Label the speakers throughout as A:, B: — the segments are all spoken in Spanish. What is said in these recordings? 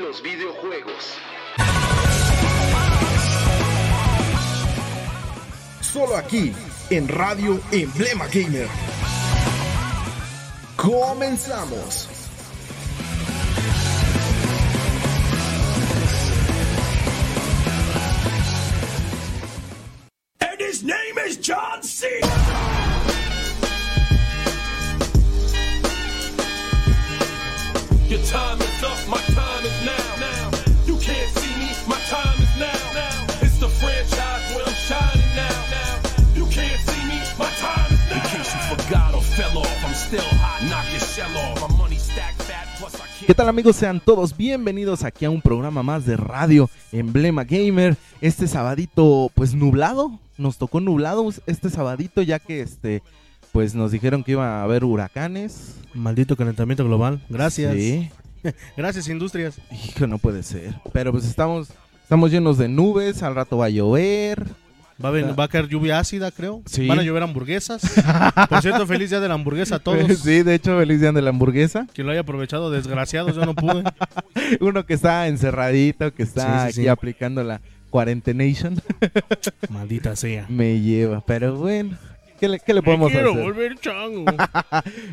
A: los videojuegos.
B: Solo aquí, en Radio Emblema Gamer. Comenzamos.
C: And his name is John C. Your time is up, my time is now. now. You can't see me, my time is now. now. It's the franchise where I'm shining now. now. You can't see me, my time is now. In case you forgot or fell off, I'm still hot. Knock your shell off. My money stacked fat, plus I
D: ¿Qué tal amigos? Sean todos bienvenidos aquí a un programa más de Radio Emblema Gamer. Este sabadito, pues nublado, nos tocó nublado este sabadito ya que este, pues nos dijeron que iba a haber huracanes.
E: Maldito calentamiento global. Gracias.
D: Sí.
E: Gracias, industrias.
D: Hijo, no puede ser. Pero pues estamos, estamos llenos de nubes, al rato va a llover.
E: Va a, ven- va a caer lluvia ácida, creo.
D: Sí.
E: Van a llover hamburguesas. Por cierto, feliz día de la hamburguesa a todos.
D: Sí, de hecho, feliz día de la hamburguesa.
E: Quien lo haya aprovechado, desgraciado, yo no pude.
D: Uno que está encerradito, que está
E: Sí, sí,
D: aquí
E: sí.
D: aplicando la cuarentenation,
E: Maldita sea.
D: me lleva. Pero bueno, ¿qué le, qué le podemos
E: quiero
D: hacer?
E: volver chango.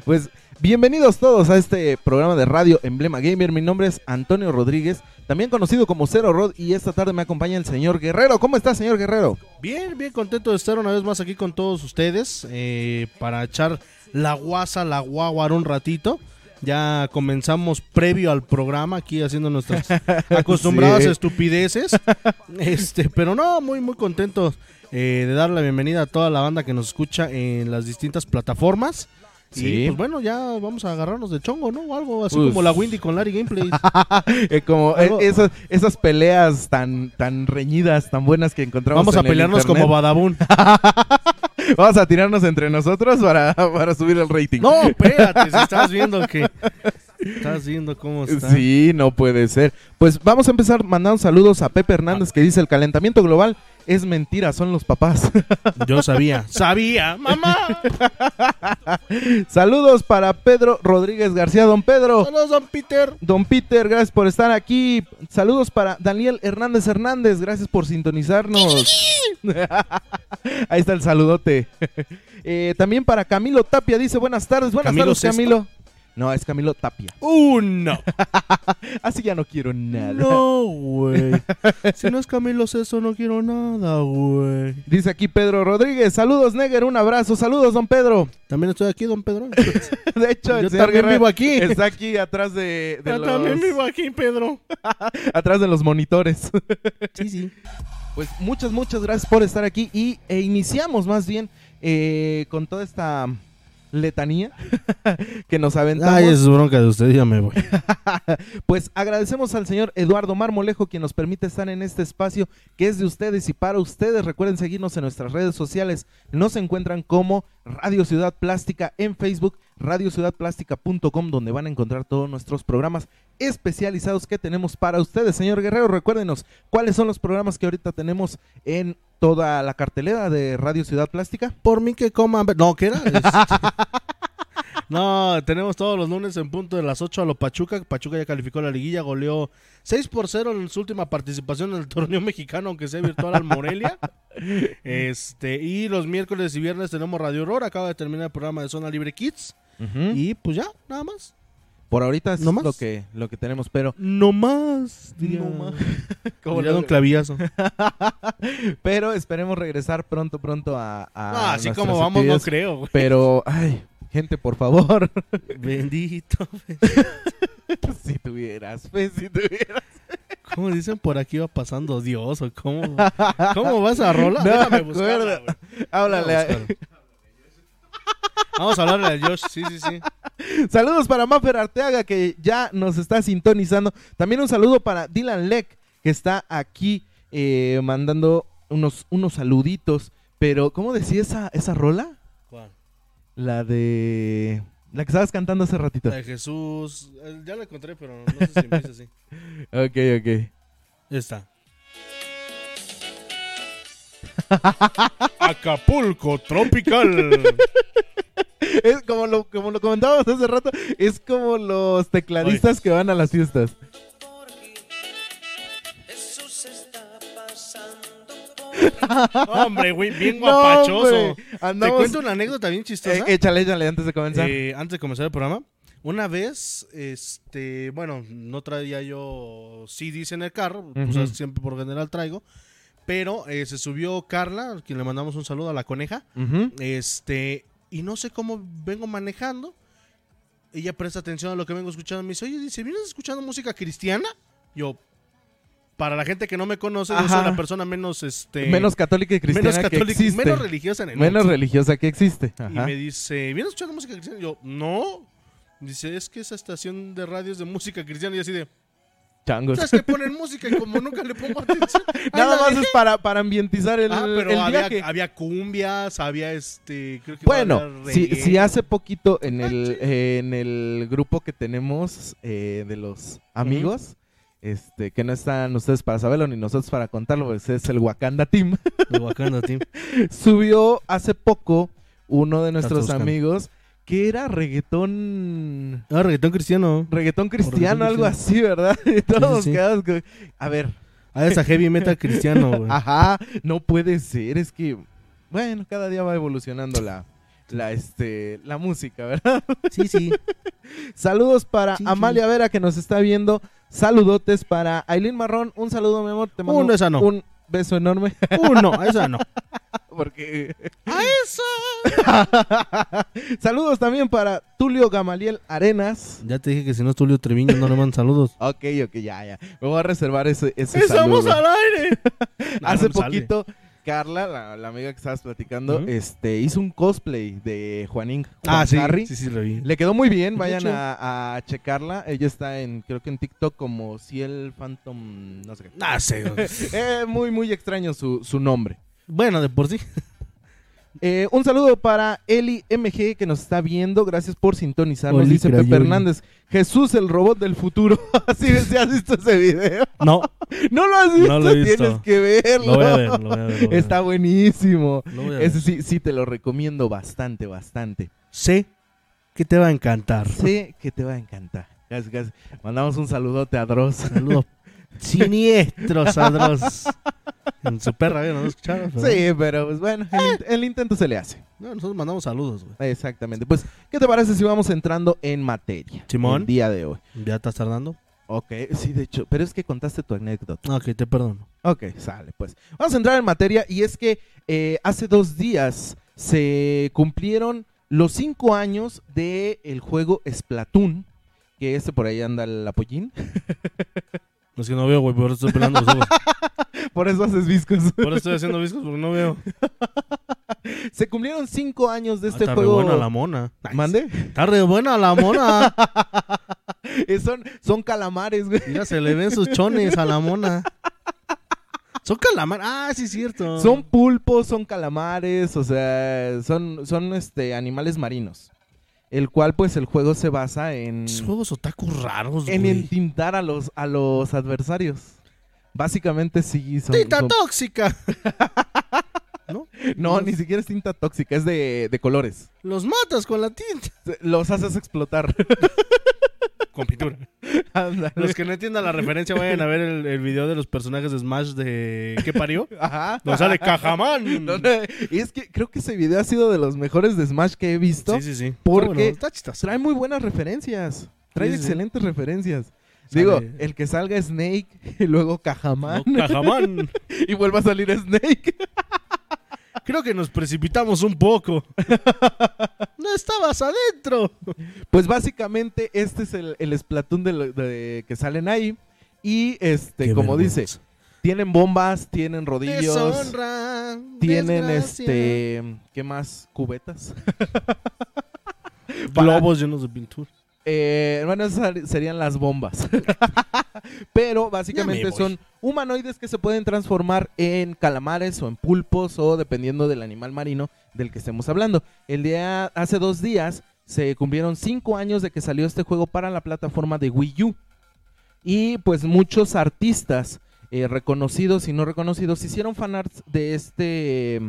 D: Pues bienvenidos todos a este programa de radio Emblema Gamer. Mi nombre es Antonio Rodríguez, también conocido como Cero Rod, y esta tarde me acompaña el señor Guerrero. ¿Cómo está, señor Guerrero?
E: Bien, bien contento de estar una vez más aquí con todos ustedes eh, para echar la guasa, la guaguara un ratito. Ya comenzamos previo al programa aquí haciendo nuestras acostumbradas
D: Sí.
E: estupideces. Este, pero no, muy muy contento eh, de dar la bienvenida a toda la banda que nos escucha en las distintas plataformas.
D: Sí.
E: Y pues bueno, ya vamos a agarrarnos de chongo, ¿no? O algo así
D: Pues-
E: como la Windy con Larry Gameplay.
D: Eh, como eh,
E: Algo-
D: esas, esas peleas tan, tan reñidas, tan buenas que encontramos.
E: Vamos a
D: en el
E: pelearnos como
D: internet.
E: Badabun.
D: Vamos a tirarnos entre nosotros para, para subir el rating.
E: No, espérate, si estás viendo que. Estás viendo cómo está.
D: Sí, no puede ser. Pues vamos a empezar mandando saludos a Pepe Hernández que dice el calentamiento global es mentira, son los papás.
E: Yo sabía. ¡Sabía! ¡Mamá!
D: saludos para Pedro Rodríguez García, don Pedro.
E: ¡Saludos, don Peter!
D: Don Peter, gracias por estar aquí. Saludos para Daniel Hernández Hernández, gracias por sintonizarnos. Ahí está el saludote. Eh, también para Camilo Tapia, dice buenas tardes, buenas
E: ¿Camilo
D: tardes
E: Sesto?
D: Camilo. No, es Camilo Tapia.
E: ¡Uno!
D: Así ya no quiero nada.
E: No, güey. Si no es Camilo Sesto, no quiero nada, güey.
D: Dice aquí Pedro Rodríguez, saludos Neger, un abrazo, saludos don Pedro.
E: También estoy aquí, don Pedro.
D: De hecho, el
E: Yo
D: señor
E: también
D: Guerrero
E: vivo aquí.
D: Está aquí atrás de, de
E: Yo
D: los,
E: Ah, también vivo aquí, Pedro.
D: atrás de los monitores.
E: Sí, sí.
D: Pues muchas, muchas gracias por estar aquí y e iniciamos más bien eh, con toda esta letanía que nos aventamos.
E: Ay, es bronca de usted, ya me voy.
D: Pues agradecemos al señor Eduardo Marmolejo quien nos permite estar en este espacio que es de ustedes y para ustedes. Recuerden seguirnos en nuestras redes sociales. Nos encuentran como Radio Ciudad Plástica en Facebook, radiociudadplástica.com donde van a encontrar todos nuestros programas especializados que tenemos para ustedes. Señor Guerrero, recuérdenos cuáles son los programas que ahorita tenemos en toda la cartelera de Radio Ciudad Plástica.
E: Por mí que coman. ver- No, ¿qué era? Este- No, tenemos todos los lunes en punto de las 8 a lo Pachuca. Pachuca ya calificó la liguilla, goleó 6 por 0 en su última participación en el torneo mexicano, aunque sea virtual al Morelia. Este, y los miércoles y viernes tenemos Radio Horror. Acaba de terminar el programa de Zona Libre Kids. Y pues ya, nada más.
D: Por ahorita es
E: ¿No más?
D: lo que, lo que tenemos, pero...
E: No más.
D: diría-
E: Como le un clavillazo.
D: Pero esperemos regresar pronto, pronto a... a
E: Ah, así
D: nuestras
E: como vamos, no
D: actividades.
E: creo. güey.
D: Pero, ay, gente, por favor.
E: Bendito.
D: si tuvieras fe, si tuvieras.
E: ¿Cómo dicen por aquí va pasando Dios? ¿O cómo, ¿Cómo vas a rola?
D: No me
E: buscarla,
D: acuerdo.
E: güey.
D: Háblale. a-
E: Vamos a- Vamos a hablarle a Josh, sí, sí, sí.
D: Saludos para Maffer Arteaga, que ya nos está sintonizando. También un saludo para Dylan Leck, que está aquí eh, mandando unos, unos saluditos. Pero, ¿cómo decía esa, esa rola? La de. La que estabas cantando hace ratito.
E: La de Jesús. eh, Ya la encontré, pero no sé si me dice así.
D: Ok, ok.
E: Esta. Acapulco Tropical.
D: Es como lo, como lo comentábamos hace rato, es como los tecladistas que van a las fiestas.
F: porque
E: Hombre, güey, bien
D: No,
E: guapachoso.
D: hombre, andamos-
E: Te cuento una anécdota bien
D: Eh,
E: chistosa.
D: échale, échale antes de comenzar.
E: Eh, antes de comenzar el programa, una vez, este, bueno, no traía yo CDs en el carro, tú
D: Ujú.
E: sabes que siempre por general traigo, pero eh, se subió Carla, a quien le mandamos un saludo a la coneja,
D: Ujú.
E: este, y no sé cómo vengo manejando. Ella presta atención a lo que vengo escuchando. Me dice, oye, dice, ¿vienes escuchando música cristiana? Yo, para la gente que no me conoce, yo soy
D: Ajá.
E: la persona menos, este,
D: menos católica y cristiana
E: menos
D: que
E: católica,
D: existe.
E: menos religiosa en el
D: Menos religiosa que existe.
E: y
D: Ajá.
E: me dice, ¿vienes escuchando música cristiana? Y yo, no. Dice, es que esa estación de radio es de música cristiana. Y yo así de,
D: Changos.
E: ¿sabes que ponen música? Y como nunca le pongo atención. ahí
D: Nada
E: la
D: más
E: dejé.
D: es para, para ambientizar el,
E: Ah, pero
D: el
E: había,
D: viaje.
E: había cumbias, había este. Creo que
D: Bueno,
E: había
D: si,
E: reggae.
D: si hace poquito en el, eh, en el grupo que tenemos eh, de los amigos, este, que no están ustedes para saberlo ni nosotros para contarlo, pues es el Wakanda Team, subió hace poco uno de nuestros
E: buscando.
D: amigos que era reggaetón...
E: Ah, reggaetón cristiano.
D: Reggaetón cristiano,
E: reggaetón
D: algo así, ¿verdad? Y todos nos
E: sí.
D: quedamos con- A ver,
E: Ah, esa heavy metal cristiano, güey.
D: ajá, no puede ser, es que... Bueno, cada día va evolucionando la... La, este, la música, ¿verdad?
E: Sí, sí.
D: Saludos para
E: Sí, sí.
D: Amalia Vera que nos está viendo. Saludotes para Aileen Marrón. Un saludo, mi amor. Te mando
E: Uno, esa no.
D: un beso enorme.
E: Uno, esa no.
D: Porque.
E: ¡A esa!
D: Saludos también para Tulio Gamaliel Arenas.
E: Ya te dije que si no es Tulio Treviño, no le mandan saludos.
D: Ok, ok, ya, ya. Me voy a reservar ese, ese
E: ¡Estamos
D: saludo.
E: al aire!
D: Hace
E: No, no sale.
D: poquito, Carla, la, la amiga que estabas platicando,
E: Ujú.
D: este, hizo un cosplay de Juanín
E: Ah,
D: Juan
E: sí.
D: Harry.
E: Sí, sí, lo vi.
D: Le quedó muy bien,
E: De
D: vayan
E: hecho.
D: a, a checarla. Ella está en, creo que en TikTok como Ciel Phantom, no sé qué.
E: Ah, sí.
D: Eh, muy, muy extraño su, su nombre.
E: Bueno, de por sí.
D: Eh, un saludo para Eli MG que nos está viendo. Gracias por sintonizarnos.
E: Oli
D: dice Pepe
E: Crayoli.
D: Hernández. Jesús, el robot del futuro. Así es, ¿sí has visto ese video.
E: No,
D: No lo has visto,
E: No lo he visto.
D: tienes que verlo.
E: lo voy a ver, lo voy a ver. lo voy a
D: Está buenísimo.
E: ver, lo voy a ver.
D: Ese sí, sí, te lo recomiendo bastante, bastante.
E: Sé que te va a encantar.
D: Sé que te va a encantar. Casi, casi. Mandamos un saludote a Dross.
E: Saludos siniestros a Dross. En su perra, ¿eh? ¿no lo escucharon?
D: Sí, pero pues bueno, el, int- el intento se le hace.
E: No, nosotros mandamos saludos, güey.
D: Exactamente. Pues, ¿qué te parece si vamos entrando en materia?
E: Simón.
D: El día de hoy.
E: ¿Ya estás tardando?
D: Ok, sí, de hecho, pero es que contaste tu anécdota.
E: Ah, Ok, te perdono.
D: Ok, sale, pues. Vamos a entrar en materia y es que eh, hace dos días se cumplieron los cinco años del el juego Splatoon, que este por ahí anda el apoyín.
E: Es que no veo, güey, por eso estoy pelando los ojos.
D: Por eso haces viscos.
E: Por eso estoy haciendo viscos porque no veo.
D: Se cumplieron cinco años de este
E: Está re
D: juego.
E: Ah, buena la mona.
D: ¿Mande?
E: Está re buena la mona.
D: Eh, son, son calamares, güey.
E: Mira, se le ven sus chones a la mona. Son calamar. Ah, sí, es cierto.
D: Son pulpos, son calamares, o sea, son, son este, animales marinos. El cual, pues, el juego se basa en...
E: Esos juegos otakus raros,
D: en
E: güey.
D: entintar a los, a los adversarios. Básicamente sí son...
E: ¡Tita
D: son-
E: tóxica!
D: no, ni siquiera es tinta tóxica, es de, de colores.
E: Los matas con la tinta.
D: Los haces explotar.
E: Con pintura.
D: Ándale.
E: Los que no entiendan la referencia, vayan a ver el, el video de los personajes de Smash de ¿Qué parió?
D: Ajá.
E: Nos sale Cajamán.
D: No, no, Y es que creo que ese video ha sido de los mejores de Smash que he visto.
E: Sí, sí, sí.
D: Porque-
E: Está bueno, está chistoso.
D: Trae muy buenas referencias. Trae
E: Sí, sí, sí.
D: excelentes referencias.
E: Sale-
D: Digo, el que salga Snake y luego Cajamán
E: No, Cajamán.
D: y vuelva a salir Snake.
E: Creo que nos precipitamos un poco. No estabas adentro.
D: Pues básicamente este es el, el Splatoon de, lo- de- que salen ahí. Y este, como dice, Tienen bombas, tienen rodillos,
E: Deshonra,
D: tienen
E: desgracia.
D: este, ¿qué más? Cubetas. para-
E: globos llenos de pintura.
D: Eh, bueno, esas ser- serían las bombas. Pero
E: Ya me
D: básicamente
E: voy.
D: son humanoides que se pueden transformar en calamares o en pulpos o dependiendo del animal marino del que estemos hablando. El día hace dos días se cumplieron cinco años de que salió este juego para la plataforma de Wii U y pues muchos artistas eh, reconocidos y no reconocidos hicieron fanarts de este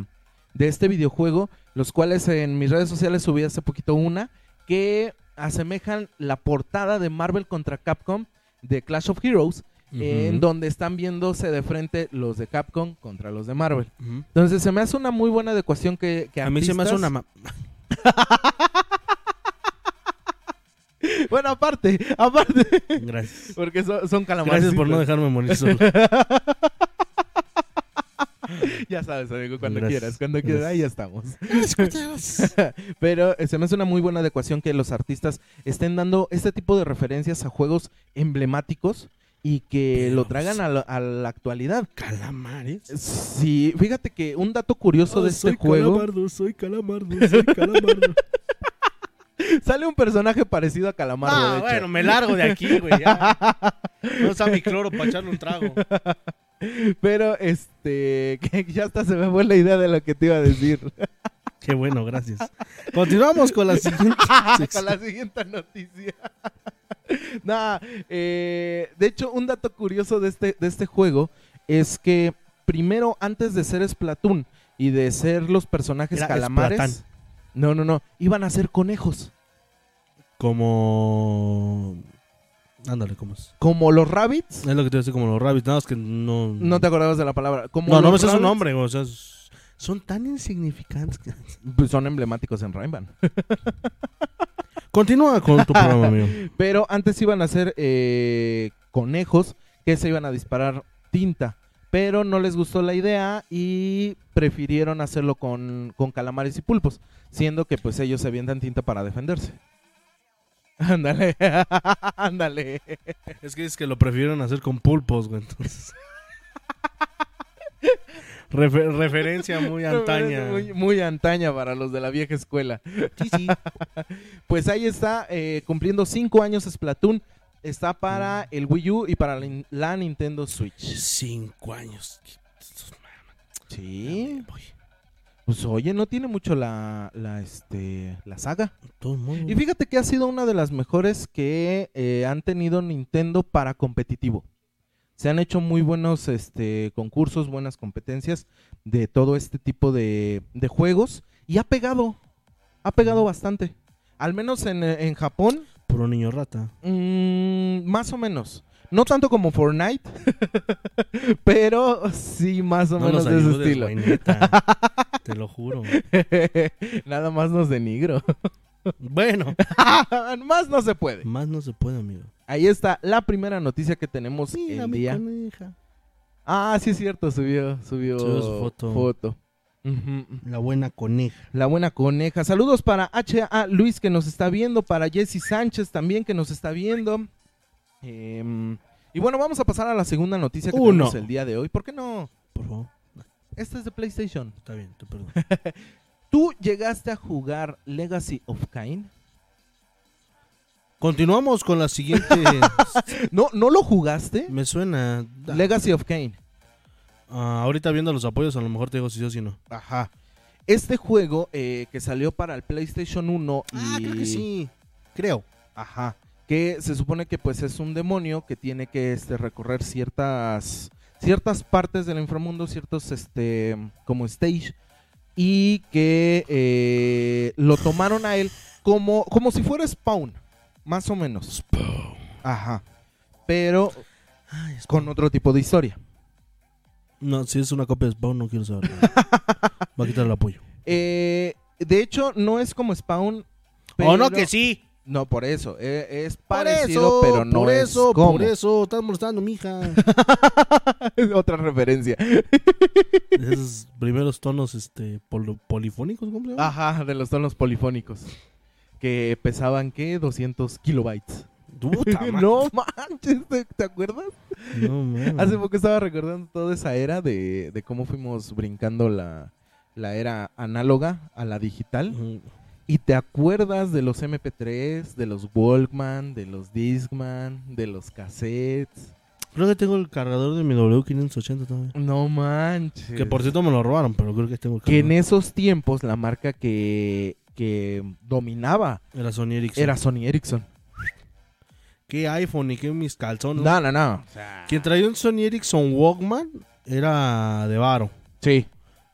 D: de este videojuego, los cuales en mis redes sociales subí hace poquito una que asemejan la portada de Marvel contra Capcom de Clash of Heroes eh, en donde están viéndose de frente los de Capcom contra los de Marvel. Entonces se me hace una muy buena adecuación que, que
E: A mí se me hace
D: artistas-
E: una... ma-
D: Bueno, aparte, aparte,
E: Gracias.
D: porque son, son calamares.
E: Gracias por no dejarme morir solo.
D: Ya sabes, amigo, cuando
E: Gracias.
D: quieras, cuando
E: Gracias.
D: quieras, ahí ya estamos. Pero eh, se me hace una muy buena adecuación que los artistas estén dando este tipo de referencias a juegos emblemáticos y que
E: Pero,
D: lo traigan a la, a la actualidad.
E: ¿Calamares?
D: Sí, fíjate que un dato curioso de
E: Ah,
D: este
E: soy
D: juego,
E: Calamardo, soy calamardo, soy calamardo.
D: sale un personaje parecido a Calamardo,
E: ah,
D: de hecho.
E: bueno, me largo de aquí, güey. ya. No está mi cloro para echarle un trago.
D: Pero este, que ya hasta se me fue la idea de lo que te iba a decir.
E: Qué bueno, gracias. Continuamos con la siguiente.
D: Con la siguiente noticia. Nah, eh, de hecho, un dato curioso de este, de este juego es que primero, antes de ser Splatoon y de ser los personajes
E: Era
D: calamares,
E: Splatán.
D: no, no, no, iban a ser conejos,
E: Como. Ándale, ¿cómo es?
D: como los rabbits.
E: Es lo que te voy a decir, como los rabbits. Nada más que no.
D: No te acordabas de la palabra. Como
E: Mm. No, no me
D: los
E: sé su
D: rabbits,
E: nombre, güey, O sea, es- son tan insignificantes. que-
D: pues, son emblemáticos en Rayman.
E: Continúa con tu programa, amigo.
D: Pero antes iban a ser eh, conejos que se iban a disparar tinta. Pero no les gustó la idea y prefirieron hacerlo con, con calamares y pulpos. Siendo que pues ellos se avientan tinta para defenderse. Ándale, ándale.
E: Es que es que lo prefirieron hacer con pulpos, güey. Entonces. Refer- referencia muy antaña.
D: Muy, muy antaña para los de la vieja escuela.
E: Sí, sí.
D: Pues ahí está, eh, cumpliendo cinco años Splatoon. Está para
E: Mm.
D: el Wii U y para la, nin- la Nintendo Switch.
E: Cinco años.
D: Sí. Pues oye, no tiene mucho la, la, este, la saga.
E: Todo el mundo.
D: Y fíjate que ha sido una de las mejores que eh, han tenido Nintendo para competitivo. Se han hecho muy buenos este, concursos, buenas competencias de todo este tipo de, de juegos. Y ha pegado, ha pegado bastante. Al menos en, eh, en Japón,
E: Puro niño rata.
D: mm, más o menos. No tanto como Fortnite, pero sí más o menos de ese
E: ayudes,
D: estilo.
E: güey, neta. Te lo juro.
D: Nada más nos denigro.
E: Bueno,
D: Más no se puede.
E: más no se puede, amigo.
D: Ahí está la primera noticia que tenemos el día.
E: coneja.
D: Ah, sí es cierto, subió, subió,
E: Subió su foto.
D: Ujú, ujú.
E: La buena coneja.
D: La buena coneja. Saludos para H.A. Luis que nos está viendo, para Jesse Sánchez también que nos está viendo. Em, y bueno, vamos a pasar a la segunda noticia que
E: Uno.
D: tenemos el día de hoy. ¿Por qué no?
E: Por favor.
D: Esta es de PlayStation.
E: Está bien, te perdono.
D: ¿Tú llegaste a jugar Legacy of Kain?
E: Continuamos con la siguiente.
D: No, ¿no lo jugaste?
E: Me suena. Ah,
D: Legacy of Kain.
E: ahorita viendo los apoyos, a lo mejor te digo si sí o si no.
D: Ajá. Este juego eh, que salió para el PlayStation 1 y...
E: Ah, Creo.
D: Ajá. Que se supone que pues es un demonio que tiene que este, recorrer ciertas, ciertas partes del inframundo, ciertos este, como stage, y que eh, lo tomaron a él como, como si fuera Spawn, más o menos. Ajá. Pero
E: Ay, es-
D: con otro tipo de historia.
E: No, si es una copia de Spawn, no quiero saber. Va a quitar el apoyo.
D: Eh, de hecho, no es como Spawn.
E: ¡Oh, no,
D: pero-
E: que sí!
D: No, por eso. eh, es
E: Por
D: parecido, pero no
E: por
D: es
E: eso,
D: como.
E: por eso, estás molestando, mija.
D: Otra referencia.
E: Esos primeros tonos este polo- polifónicos, ¿cómo se llama?
D: Ajá, de los tonos polifónicos. Que pesaban, ¿qué? 200 kilobytes.
E: Puta madre.
D: no manches, ¿te, te acuerdas?
E: No, mames.
D: Hace poco estaba recordando toda esa era de, de cómo fuimos brincando la, la era análoga a la digital.
E: Ujú.
D: Y te acuerdas de los MP3, de los Walkman, de los Discman, de los cassettes.
E: Creo que tengo el cargador de mi W580 todavía.
D: No manches.
E: Que por cierto me lo robaron, pero creo que tengo el
D: Que en
E: cargador.
D: esos tiempos la marca que, que dominaba
E: Era Sony Ericsson.
D: era Sony Ericsson.
E: ¿Qué iPhone y qué mis calzones?
D: No, no, no.
E: Quien traía un Sony Ericsson Walkman era de varo.
D: Sí.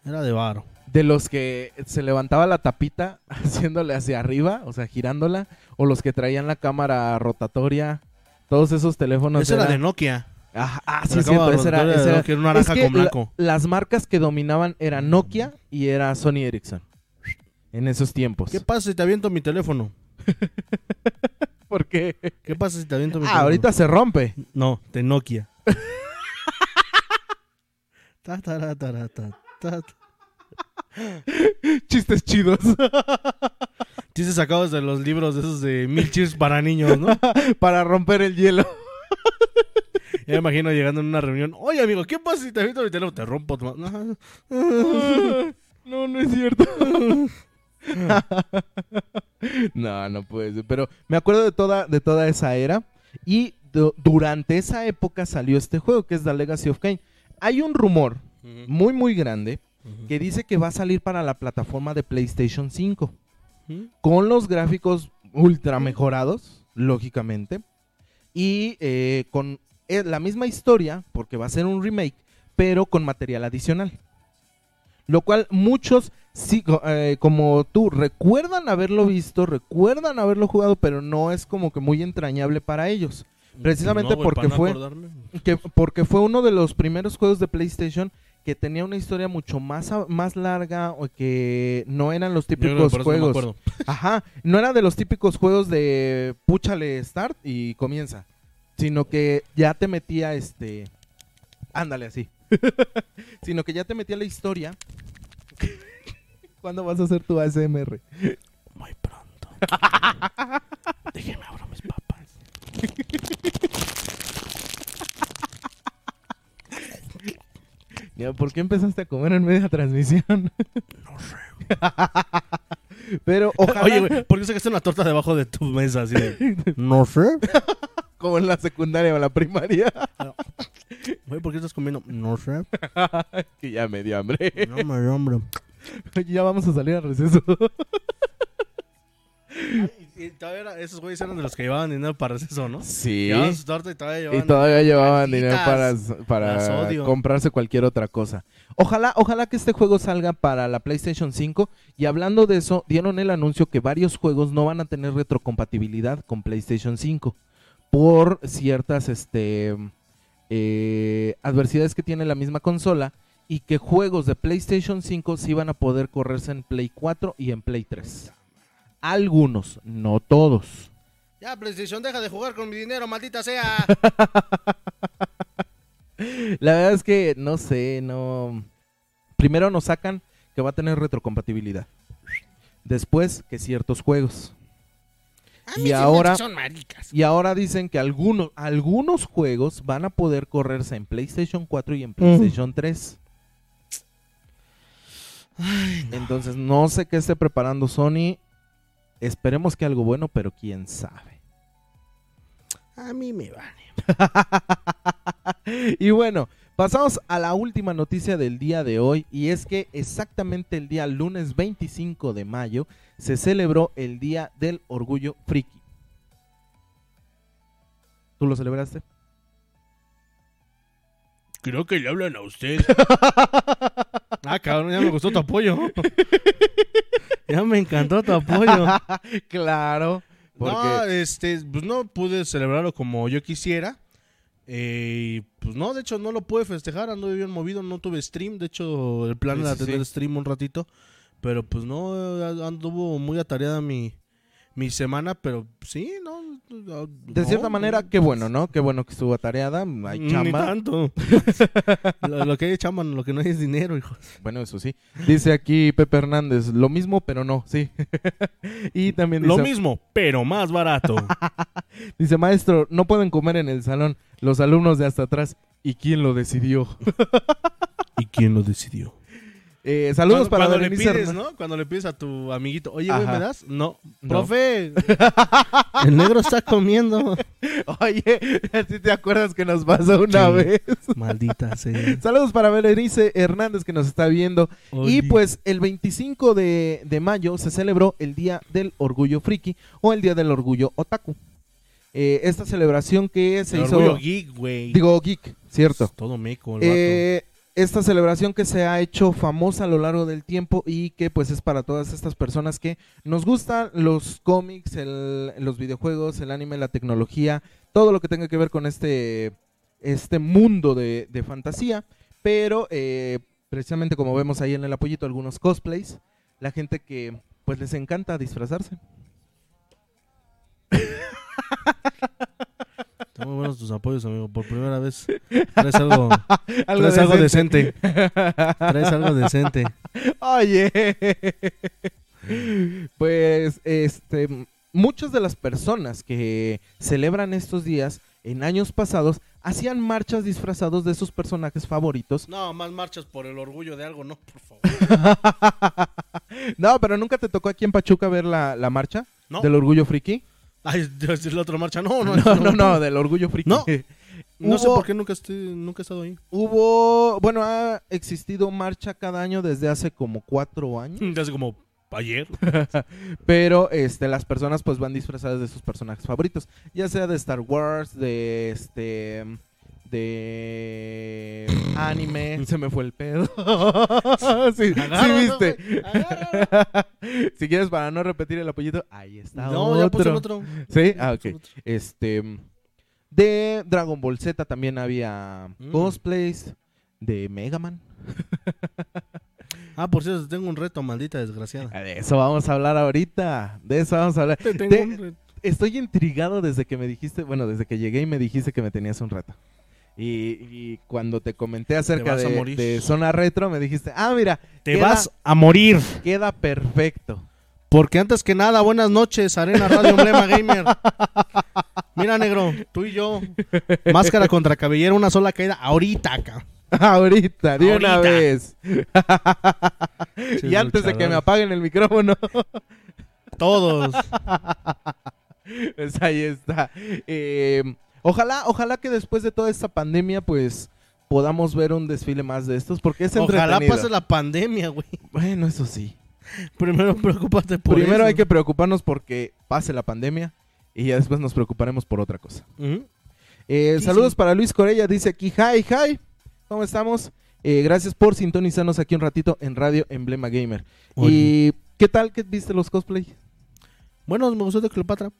E: Era de varo.
D: De los que se levantaba la tapita haciéndole hacia arriba, o sea, girándola, o los que traían la cámara rotatoria, todos esos teléfonos.
E: Ese era
D: eran-
E: de Nokia.
D: Ah, ah,
E: Me
D: sí, es
E: acabo
D: cierto.
E: de
D: Ese era,
E: romper el
D: ese
E: reloj,
D: era-
E: que era un naranja
D: es que
E: con blanco.
D: la- las marcas que dominaban eran Nokia y era Sony Ericsson. En esos tiempos.
E: ¿Qué pasa si te aviento mi teléfono?
D: ¿Por qué?
E: ¿Qué pasa si te aviento mi
D: Ah,
E: teléfono?
D: ahorita se rompe.
E: No, de Nokia. Ta, ta, ta, ta, ta, ta.
D: Chistes chidos.
E: Chistes sacados de los libros de esos de Mil Cheers para niños, ¿no?
D: para romper el hielo.
E: Ya me imagino llegando en una reunión. Oye, amigo, ¿qué pasa si te aviento mi teléfono? Te rompo tu ma-".
D: no,
E: No,
D: no es cierto. no, no puede ser. Pero me acuerdo de toda, de toda esa era. Y du- durante esa época salió este juego que es The Legacy of Kain. Hay un rumor muy, muy grande que dice que va a salir para la plataforma de PlayStation 5
E: Ujú.
D: con los gráficos ultra mejorados, lógicamente, y eh, con eh, la misma historia, porque va a ser un remake, pero con material adicional. Lo cual muchos, sí, co- eh, como tú, recuerdan haberlo visto, recuerdan haberlo jugado, pero no es como que muy entrañable para ellos. Precisamente
E: Mm, No, güey,
D: porque
E: para no
D: fue
E: acordarme.
D: que- porque fue uno de los primeros juegos de PlayStation que tenía una historia mucho más, a- más larga o que no eran los
E: Yo creo que
D: típicos
E: por eso no me
D: juegos.
E: acuerdo.
D: Ajá, no era de los típicos juegos de púchale start y comienza, sino que ya te metía este ándale así. sino que ya te metía la historia. ¿Cuándo vas a hacer tu ASMR?
E: Muy pronto. Déjeme abro mis papas.
D: Ya, ¿por qué empezaste a comer en media transmisión?
E: No sé.
D: Pero ojalá
E: Oye, güey, ¿por qué sacaste una torta debajo de tu mesa así de- No sé.
D: como en la secundaria o en la primaria.
E: Güey, ¿por qué estás comiendo? No sé.
D: que ya me dio hambre.
E: No me dio hambre.
D: ya vamos a salir a receso.
E: Y, y todavía era- esos güeyes eran de los que llevaban dinero para receso, ¿no?
D: Sí.
E: Llevaban su torta y todavía llevaban...
D: Y todavía llevaban dinero para,
E: Malditas. Las
D: para
E: odio.
D: comprarse cualquier otra cosa. Ojalá, ojalá que este juego salga para la PlayStation 5. Y hablando de eso, dieron el anuncio que varios juegos no van a tener retrocompatibilidad con PlayStation 5. Por ciertas este, eh, adversidades que tiene la misma consola. Y que juegos de PlayStation 5 sí van a poder correrse en Play 4 y en Play 3. Algunos, no todos.
E: Ya, PlayStation, deja de jugar con mi dinero, maldita sea.
D: La verdad es que no sé, no. Primero nos sacan que va a tener retrocompatibilidad. Después que ciertos juegos. Y ahora, y ahora dicen que algunos, algunos juegos van a poder correrse en PlayStation 4 y en PlayStation 3. Entonces no sé qué esté preparando Sony. Esperemos que algo bueno, pero quién sabe.
E: A mí me vale.
D: Y bueno, pasamos a la última noticia del día de hoy y es que exactamente el día lunes 25 de mayo se celebró el Día del Orgullo Friki. ¿Tú lo celebraste?
E: Creo que le hablan a usted. ah, cabrón, ya me gustó tu apoyo. ya me encantó tu apoyo.
D: claro.
E: No, este, pues no pude celebrarlo como yo quisiera. Eh, pues no, de hecho no lo pude festejar, anduve bien movido, no tuve stream, de hecho el plan
D: Sí,
E: era
D: sí,
E: tener
D: sí.
E: stream un ratito, pero pues no, eh, anduvo muy atareada mi, mi semana, pero sí, no. no,
D: de cierta
E: no,
D: manera, qué bueno, ¿no? Qué bueno que estuvo atareada. Hay
E: Ni
D: chamba.
E: tanto. lo, lo que hay es chamba, lo que no hay es dinero, hijo.
D: Bueno, eso sí. Dice aquí Pepe Hernández, lo mismo, pero no, sí. y también
E: Lo
D: dice,
E: mismo, pero más barato.
D: Dice, maestro, no pueden comer en el salón los alumnos de hasta atrás. ¿Y quién lo decidió?
E: ¿Y quién lo decidió?
D: Eh, saludos para
E: cuando le
D: Berenice
E: pides,
D: Hernández.
E: ¿no? Cuando le pides a tu amiguito, oye, güey,
D: Ajá.
E: ¿me das? No.
D: No.
E: Profe, el negro está comiendo.
D: Oye, si te acuerdas que nos pasó una
E: Sí.
D: vez.
E: Maldita sea.
D: Saludos para Berenice Hernández que nos está viendo. Y
E: Oli.
D: pues el 25 de, de mayo se celebró el Día del Orgullo Friki o el Día del Orgullo Otaku. Eh, esta celebración que se
E: El
D: hizo...
E: orgullo geek, güey.
D: Digo, geek, cierto.
E: Es Todo meco, el
D: Eh, esta celebración que se ha hecho famosa a lo largo del tiempo y que pues es para todas estas personas que nos gustan los cómics, el- los videojuegos, el anime, la tecnología, todo lo que tenga que ver con este este mundo de, de fantasía, pero eh, precisamente como vemos ahí en el apoyito algunos cosplays, la gente que pues les encanta disfrazarse.
E: Están muy buenos tus apoyos, amigo. Por primera vez traes algo,
D: Algo
E: traes algo
D: decente.
E: decente. Traes algo decente.
D: Oye. Pues, este, muchas de las personas que celebran estos días en años pasados hacían marchas disfrazados de sus personajes favoritos.
E: No, más marchas por el orgullo de algo, no, por favor.
D: No, pero nunca te tocó aquí en Pachuca ver la, la marcha
E: No.
D: del orgullo friki.
E: Ay, Dios, es la otra marcha. No, no,
D: No, no, no, del orgullo friki.
E: No. No sé
D: Hubo-
E: por qué nunca, estoy, nunca he estado ahí.
D: Hubo, bueno, ha existido marcha cada año desde hace como cuatro años.
E: Ya hace como ayer.
D: Pero este, las personas pues van disfrazadas de sus personajes favoritos. Ya sea de Star Wars, de este. de anime. Se me fue el pedo. sí, sí viste. si quieres, para no repetir el apoyito, ahí está.
E: No,
D: otro.
E: ya puse el Ah, otro.
D: Sí, ah, ok.
E: Puse el otro.
D: Este. De Dragon Ball Z también había
E: Mm.
D: cosplays. De Mega Man.
E: Ah, por cierto, tengo un reto, maldita desgraciada.
D: Ah, De eso vamos a hablar ahorita. De eso vamos a hablar.
E: Tengo
D: Te-
E: un reto.
D: Estoy intrigado desde que me dijiste, bueno, desde que llegué y me dijiste que me tenías un reto. Y, y cuando te comenté acerca
E: vas a
D: de,
E: morir.
D: de Zona Retro, me dijiste, ah, mira,
E: Te
D: queda-
E: vas a morir.
D: queda perfecto.
E: Porque antes que nada, buenas noches, Arena Radio Emblema Gamer. Mira, negro, tú y yo. Máscara contra cabellera, una sola caída. Ahorita acá.
D: Ahorita, de una
E: Ahorita.
D: vez. y antes de que me apaguen el micrófono,
E: Todos.
D: pues ahí está. Eh, ojalá, ojalá que después de toda esta pandemia, pues podamos ver un desfile más de estos, porque es entretenido.
E: Ojalá pase la pandemia, güey.
D: Bueno, eso sí.
E: Primero preocúpate por
D: Primero
E: eso.
D: hay que preocuparnos porque pase la pandemia y ya después nos preocuparemos por otra cosa.
E: Ujú.
D: Eh,
E: Sí,
D: saludos
E: sí.
D: para Luis Corella, dice aquí, hi, hi, ¿cómo estamos? Eh, gracias por sintonizarnos aquí un ratito en Radio Emblema Gamer.
E: Oye.
D: ¿Y qué tal que viste los cosplay?
E: Bueno, me gustó de Cleopatra.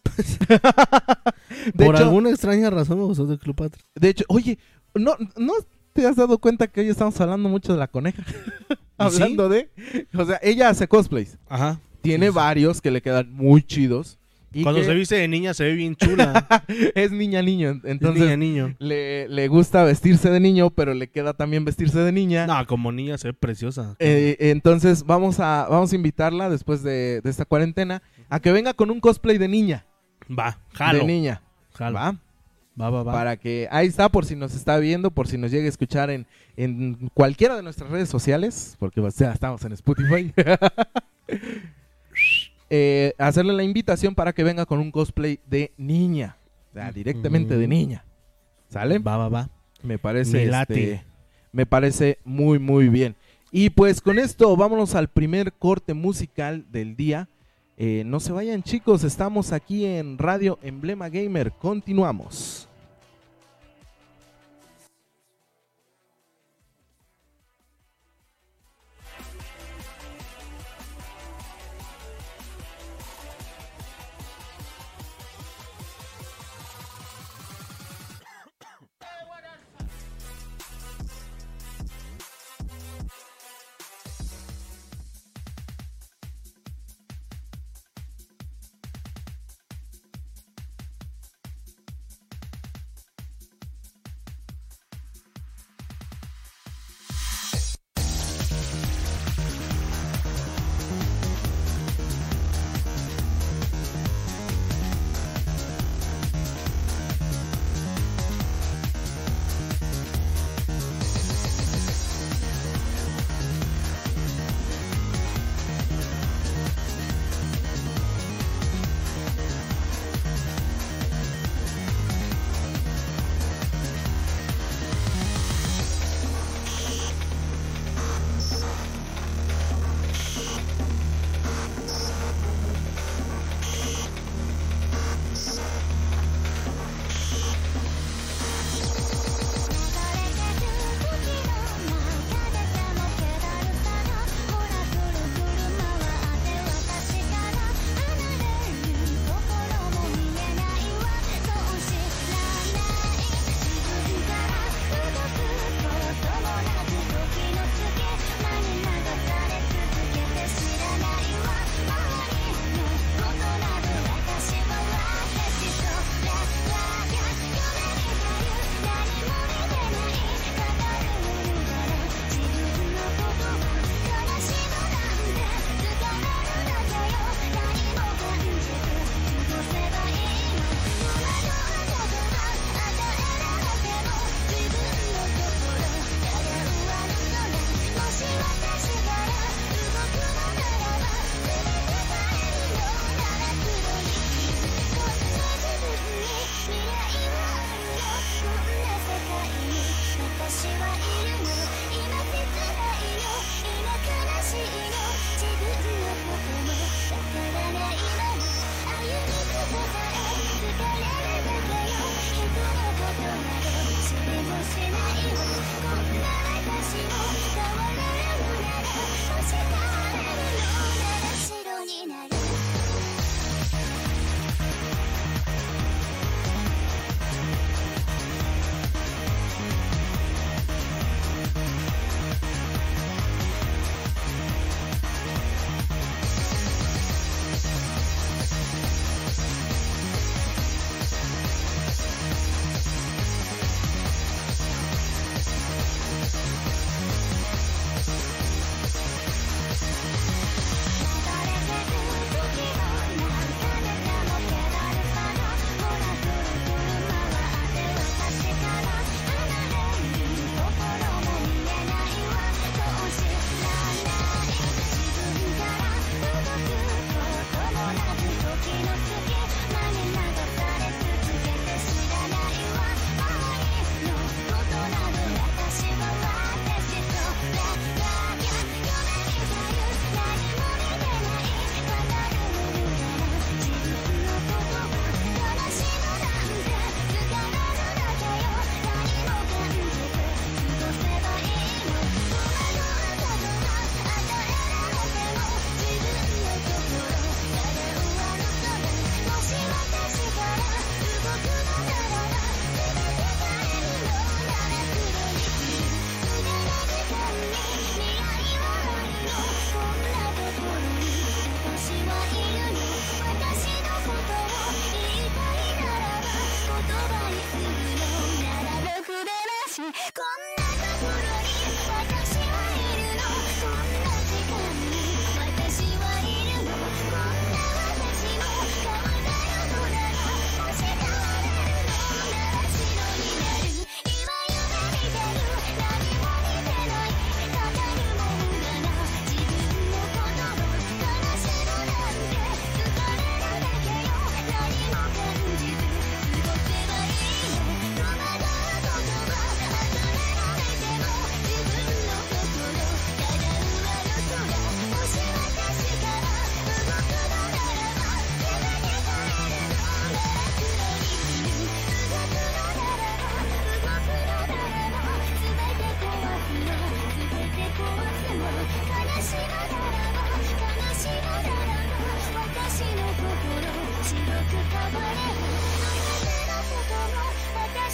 D: De,
E: por
D: hecho,
E: alguna extraña razón me gustó de Cleopatra.
D: de hecho, oye, ¿no, ¿no te has dado cuenta que hoy estamos hablando mucho de la coneja?
E: ¿Ah,
D: hablando de... O sea, ella hace cosplays.
E: Ajá.
D: Tiene
E: Sí, sí.
D: varios que le quedan muy chidos. Y
E: Cuando
D: que
E: se viste de niña se ve bien chula.
D: Es niña-niño,
E: Entonces,
D: entonces...
E: niña, niño.
D: le, le gusta vestirse de niño, pero le queda también vestirse de niña.
E: No, como niña se ve preciosa.
D: Eh, entonces vamos a, vamos a invitarla después de, de esta cuarentena a que venga con un cosplay de niña.
E: va, jalo.
D: De niña.
E: jalo.
D: ¿va?
E: va, va, va.
D: Para que ahí está, por si nos está viendo, por si nos llega a escuchar en, en cualquiera de nuestras redes sociales, porque o sea, estamos en Spotify. Eh, hacerle la invitación para que venga con un cosplay de niña. O sea, directamente de
E: Mm.
D: niña. ¿Sale?
E: Va, va, va.
D: Me parece.
E: Me
D: este,
E: late.
D: me parece muy, muy bien. Y pues con esto vámonos al primer corte musical del día. Eh, no se vayan chicos, estamos aquí en Radio Emblema Gamer. Continuamos.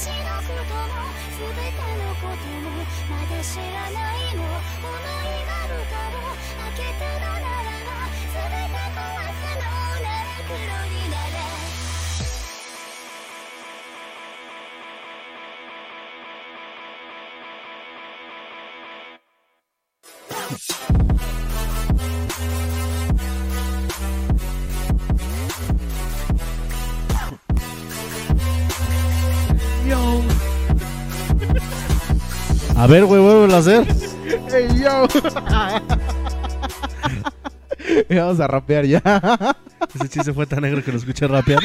A: すべてのこともまだ知らないの思いがるかも開けたのならばすべて壊すのなら黒になれ
E: A ver, güey, vuelve a hacer.
D: Ey, yo. Y Vamos a rapear ya.
E: Ese chiste fue tan negro que lo escuché rapear.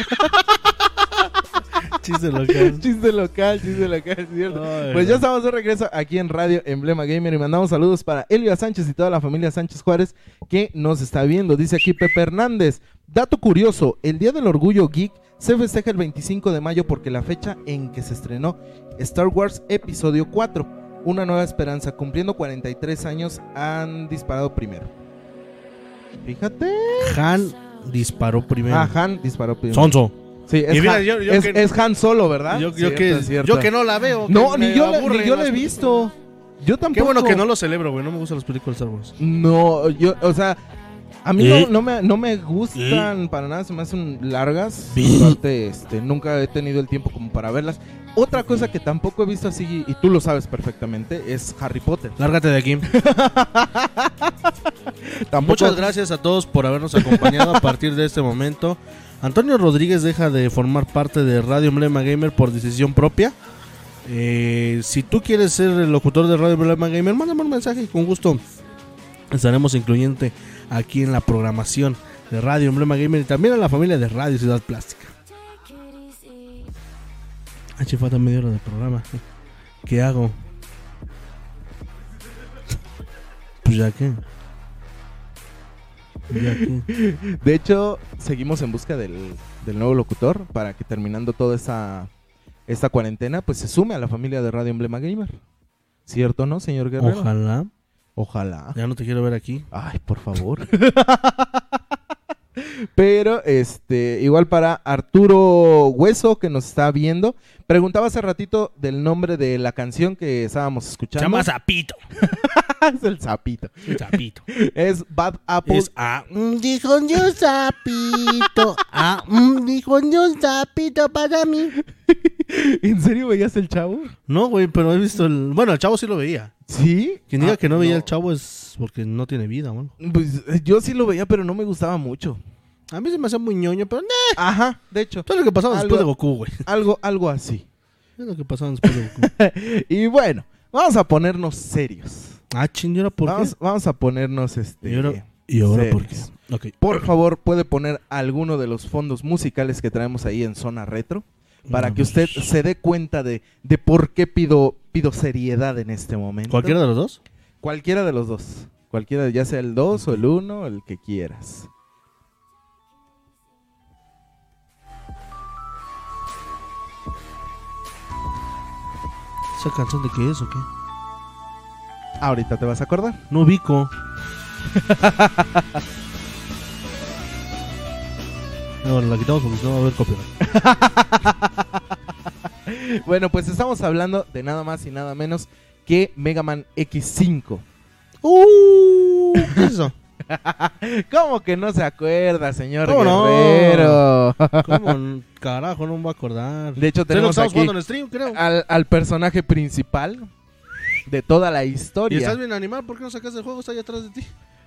E: chiste local.
D: chiste local, chiste local, ¿cierto?
E: Ay,
D: pues
E: no.
D: ya estamos de regreso aquí en Radio Emblema Gamer y mandamos saludos para Elvia Sánchez y toda la familia Sánchez Juárez que nos está viendo. Dice aquí Pepe Hernández. Dato curioso, el Día del Orgullo Geek se festeja el 25 de mayo porque la fecha en que se estrenó Star Wars Episodio 4. Una nueva esperanza, cumpliendo 43 años, han disparado primero. Fíjate.
E: Han disparó primero.
D: Ah, Han disparó primero.
E: Sonso.
D: Sí, es,
E: Y mira,
D: Han,
E: yo- yo
D: es-
E: que-
D: es Han Solo, ¿verdad?
E: Yo, yo
D: Cierto,
E: que,
D: es cierto.
E: yo que no la veo.
D: No,
E: que
D: ni
E: me
D: yo, le,
E: aburre
D: ni yo
E: las
D: le he
E: películas.
D: visto. Yo tampoco.
E: Qué bueno que no lo celebro, güey. No me gustan las películas de Star Wars.
D: No, yo, o sea, a mí
E: ¿Eh?
D: no, no me, no me gustan para nada, se me hacen largas.
E: ¿Sí?
D: Aparte, este, nunca he tenido el tiempo como para verlas. Otra cosa que tampoco he visto así, y tú lo sabes perfectamente, es Harry Potter.
E: Lárgate de aquí.
D: Tampoco-
E: Muchas gracias a todos por habernos acompañado a partir de este momento. Antonio Rodríguez deja de formar parte de Radio Emblema Gamer por decisión propia. Eh, si tú quieres ser el locutor de Radio Emblema Gamer, mándame un mensaje y con gusto estaremos incluyente aquí en la programación de Radio Emblema Gamer y también a la familia de Radio Ciudad Plástica. Ah, che, falta media hora de programa. ¿Qué hago? Pues ya qué. Ya qué.
D: De hecho, seguimos en busca del, del nuevo locutor para que terminando toda esta, esta cuarentena, pues se sume a la familia de Radio Emblema Gamer. ¿Cierto, no, señor Guerrero?
E: Ojalá.
D: Ojalá.
E: Ya no te quiero ver aquí.
D: Ay, por favor. Pero, este, igual para Arturo Hueso, que nos está viendo, preguntaba hace ratito del nombre de la canción que estábamos escuchando. Ah,
E: Llama Zapito.
D: es el sapito.
E: Zapito.
D: Es Bad Apple.
E: Es a. mm, Dijo yo Zapito. A. mm, Dijo yo Zapito para mí.
D: ¿En serio veías el chavo?
E: No, güey, pero he visto el. Bueno, el chavo sí lo veía.
D: Sí.
E: Quien diga
D: Ah,
E: que no veía el chavo es porque no tiene vida, güey.
D: Pues eh, yo sí lo veía, pero no me gustaba mucho.
E: A mí se me hacía muy ñoño, pero. Nah.
D: Ajá, de hecho,
E: Todo lo que pasaba
D: Algo-
E: después de Goku, güey.
D: algo, algo así.
E: Es lo que pasaba después de Goku.
D: Y bueno, vamos a ponernos serios.
E: ah, ching, ¿y ahora por
D: vamos,
E: qué?
D: vamos a ponernos este.
E: ¿Y ahora, ¿y ahora por qué?
D: serios.
E: Ok.
D: Por favor, puede poner alguno de los fondos musicales que traemos ahí en zona retro para que usted se dé cuenta de, de por qué pido, pido seriedad en este momento.
E: ¿Cualquiera de los dos?
D: Cualquiera de los dos. Cualquiera, ya sea el 2 o el 1, el que quieras.
E: ¿Esa canción de qué es o qué?
D: Ahorita te vas a acordar.
E: No ubico. No, la quitamos porque si no va a haber copyright.
D: Bueno, pues estamos hablando de nada más y nada menos que Mega Man X5.
E: ¡Uh! ¿Qué es eso?
D: ¿Cómo que no se acuerda, señor
E: ¿Cómo no?
D: Guerrero?
E: ¿Cómo? n- Carajo, no me voy a acordar.
D: De hecho,
E: ¿Sabes lo
D: tenemos
E: que estamos
D: aquí Ah,
E: jugando en el stream, creo.
D: al, al personaje principal de toda la
E: y
D: historia.
E: estás bien animal, ¿por qué no sacas el juego? Está allá atrás de ti.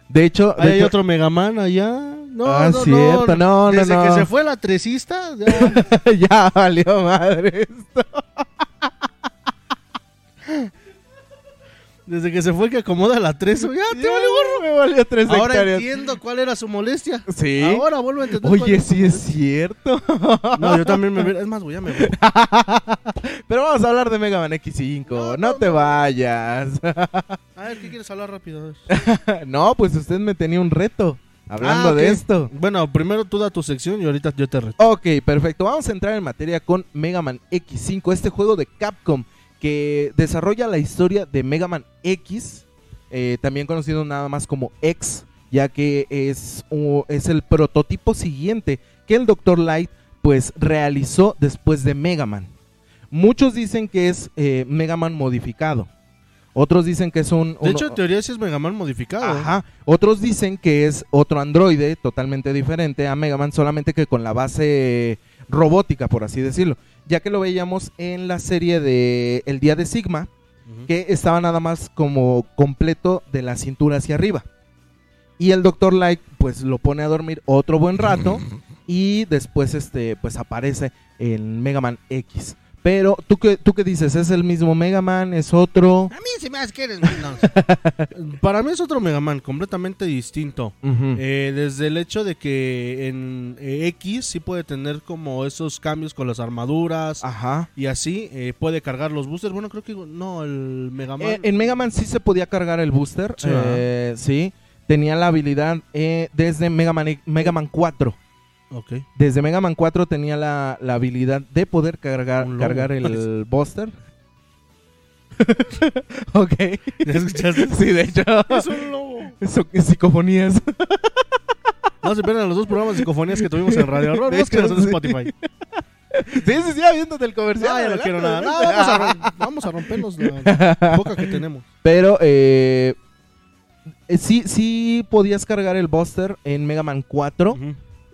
D: De hecho, de
E: Ahí hay
D: hecho-
E: otro Megaman allá. No,
D: Ah,
E: no,
D: cierto, no, no,
E: Desde
D: no.
E: que se fue la tresista, ya.
D: ya valió madre.
E: desde que se fue que acomoda la tres, ya te valió.
D: me valió tres
E: Ahora
D: hectáreas.
E: entiendo cuál era su molestia.
D: Sí.
E: Ahora vuelvo a entender. cuál
D: Oye,
E: era su
D: sí es cierto.
E: molestia. No, yo también me hubiera- Es más, güey, ya me voy.
D: Pero vamos a hablar de Mega Man X5. No, te vayas.
E: A ver, ¿qué quieres hablar rápido? A ver.
D: no, pues usted me tenía un reto hablando
E: Ah, ok.
D: de esto.
E: Bueno, primero tú da tu sección y ahorita yo te reto.
D: Ok, perfecto. Vamos a entrar en materia con Mega Man X5, este juego de Capcom que desarrolla la historia de Mega Man X, eh, también conocido nada más como X, ya que es, u- es el prototipo siguiente que el Dr. Light pues realizó después de Mega Man. Muchos dicen que es eh, Mega Man modificado. Otros dicen que es un...
E: De
D: un-
E: hecho, en teoría sí es Mega Man modificado.
D: Oh,
E: ¿eh?
D: Ajá. Otros dicen que es otro androide totalmente diferente a Mega Man, solamente que con la base robótica, por así decirlo. Ya que lo veíamos en la serie de El Día de Sigma,
E: Ujú.
D: que estaba nada más como completo de la cintura hacia arriba. Y el Dr. Light, pues lo pone a dormir otro buen rato y después, este, pues aparece en Mega Man X. Pero, ¿tú qué, ¿tú qué dices? ¿Es el mismo Mega Man? ¿Es otro?
F: A mí se me hace que eres menos.
E: Para mí es otro Mega Man completamente distinto.
D: Mm.
E: Eh, desde el hecho de que en eh, X sí puede tener como esos cambios con las armaduras
D: Ajá.
E: y así eh, puede cargar los boosters. Bueno, creo que no, el Mega Man.
D: Eh, en Mega Man sí se podía cargar el booster.
E: Sí,
D: eh, sí. Tenía la habilidad eh, desde Mega Man, Mega Man 4.
E: Ok.
D: Desde Mega Man 4 tenía la, la habilidad de poder cargar,
E: Un lobo.
D: cargar el booster. ok.
E: ¿Ya escuchaste?
D: Sí, de hecho.
E: es un lobo.
D: Eso, psicofonías.
E: No se pierdan los dos programas de psicofonías que tuvimos en Radio Horror.
D: De hecho,
E: Búsquenos en
D: sí.
E: Spotify.
D: sí, sí, sí, viéndote el
E: No, ya no
D: comercial.
E: quiero nada. No, vamos, a, rom- vamos a rompernos la boca que tenemos.
D: Pero eh, eh, sí, sí podías cargar el booster en Mega Man 4.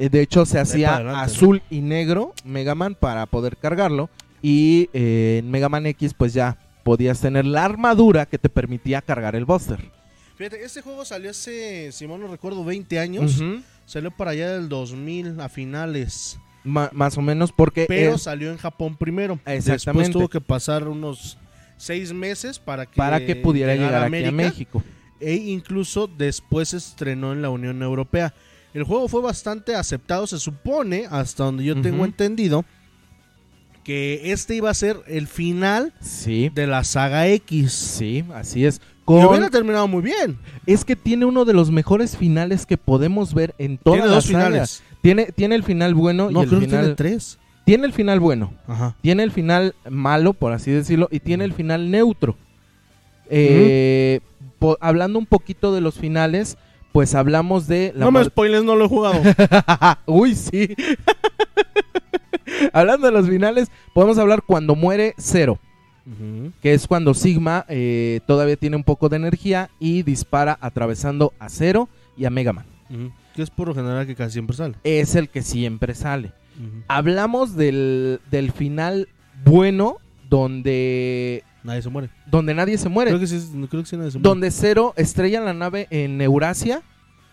D: Eh, De hecho, se hacía
E: para adelante,
D: azul y negro Mega Man para poder cargarlo. Y eh, en Mega Man X, pues ya podías tener la armadura que te permitía cargar el Buster.
E: Fíjate, este juego salió hace, si mal no recuerdo, 20 años. Salió para allá del 2000 a finales.
D: Ma- más o menos porque...
E: Pero
D: eh,
E: salió en Japón primero.
D: Exactamente.
E: Después tuvo que pasar unos seis meses para que,
D: para que pudiera llegar
E: llegara
D: aquí a
E: América.
D: México.
E: e incluso después se estrenó en la Unión Europea. El juego fue bastante aceptado, se supone, hasta donde yo tengo
D: Ujú.
E: entendido, que este iba a ser el final
D: Sí,
E: de la saga X.
D: sí, así es.
E: Y
D: Con-
E: hubiera terminado muy bien.
D: Es que tiene uno de los mejores finales que podemos ver en toda
E: Tiene
D: la
E: dos
D: saga.
E: finales.
D: Tiene, tiene el final bueno
E: No,
D: y el
E: creo que tiene
D: final...
E: tres.
D: Tiene el final bueno,
E: Ajá.
D: tiene el final malo, por así decirlo, y tiene el final neutro. Eh, po- hablando un poquito de los finales, pues hablamos de la
E: no me
D: mal-
E: spoiles, no lo he jugado.
D: Uy, sí. hablando de los finales, podemos hablar cuando muere Cero, que es cuando Sigma eh, todavía tiene un poco de energía y dispara atravesando a Cero y a Mega Man.
E: Ujú. Que es por lo general que casi siempre sale.
D: Es el que siempre sale. Hablamos del, del final bueno donde
E: Nadie se muere.
D: donde nadie se muere.
E: Creo que sí, es- creo que sí nadie se muere.
D: donde Cero estrella la nave en Eurasia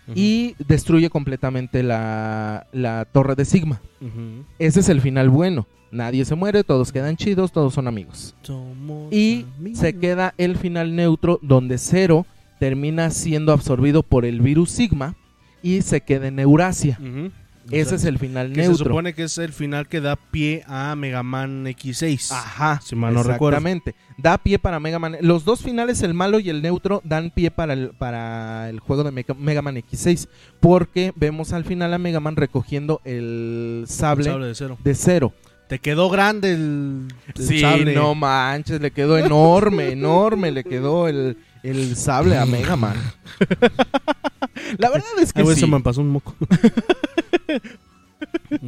E: Ujú.
D: y destruye completamente la, la torre de Sigma.
E: Ujú.
D: Ese es el final bueno. Nadie se muere, todos quedan chidos, todos son amigos.
E: Somos
D: Y
E: amigos.
D: se queda el final neutro donde Cero termina siendo absorbido por el virus Sigma y se queda en Eurasia.
E: Ujú.
D: Ese es el final
E: Que se
D: neutro.
E: supone que es el final que da pie a Mega Man X6.
D: Ajá,
E: Si mal no recuerdo.
D: exactamente. Da pie para Mega Man. Los dos finales, el malo y el neutro, dan pie para el, para el juego de Meca- Mega Man X6. Porque vemos al final a Mega Man recogiendo el
E: El
D: sable,
E: sable de cero.
D: de cero.
E: Te quedó grande el, el sable.
D: no manches, le quedó enorme, enorme, le quedó el, el sable a Mega Man. La verdad es
E: Ay,
D: que
E: güey,
D: sí.
E: se me pasó un moco.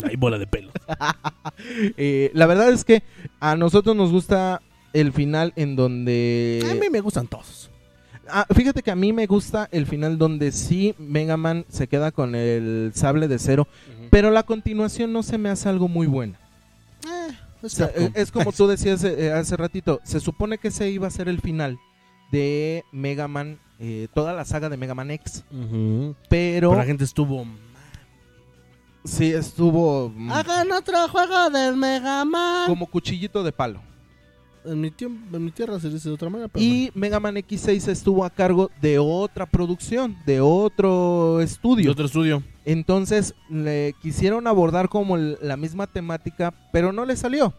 E: Ay, bola de pelo.
D: Eh, la verdad es que a nosotros nos gusta el final en donde...
E: a mí me gustan todos.
D: Ah, fíjate que a mí me gusta el final donde sí Mega Man se queda con el sable de cero, pero la continuación no se me hace algo muy buena. O sea, eh, es como tú decías eh, hace ratito, se supone que ese iba a ser el final de Mega Man, eh, toda la saga de Mega Man X,
E: Ujú.
D: pero
E: Pero la gente estuvo.
D: sí estuvo mm,
E: Hagan otro juego del Mega Man.
D: como cuchillito de palo.
E: En mi, tiemp- en mi tierra se dice de otra manera. Pero
D: Y Mega Man X6 estuvo a cargo de otra producción, de otro
E: bueno. Y
D: estudio.
E: otro estudio.
D: Entonces le quisieron abordar como el- la misma temática, pero no le salió.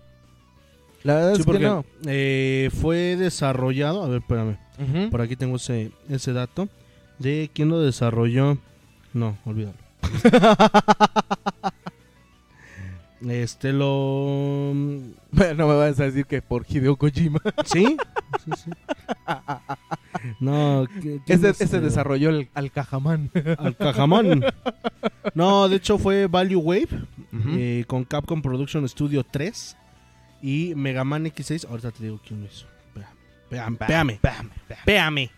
D: La verdad
E: Sí,
D: es que
E: porque
D: no.
E: eh, fue desarrollado. A ver, espérame. Por aquí tengo ese, ese dato de quién lo desarrolló. No, olvídalo. este lo.
D: Bueno, No me vas a decir que por Hideo Kojima.
E: ¿Sí? Sí, sí. No, ¿qui- quién
D: Ese,
E: es, eh,
D: ese desarrolló el, al Cajamán.
E: Al Cajamón. No, de hecho fue Value Wave eh, con Capcom Production Studio 3. y Mega Man X6. Ahorita te digo quién lo hizo. Péame, péame, péame, péame.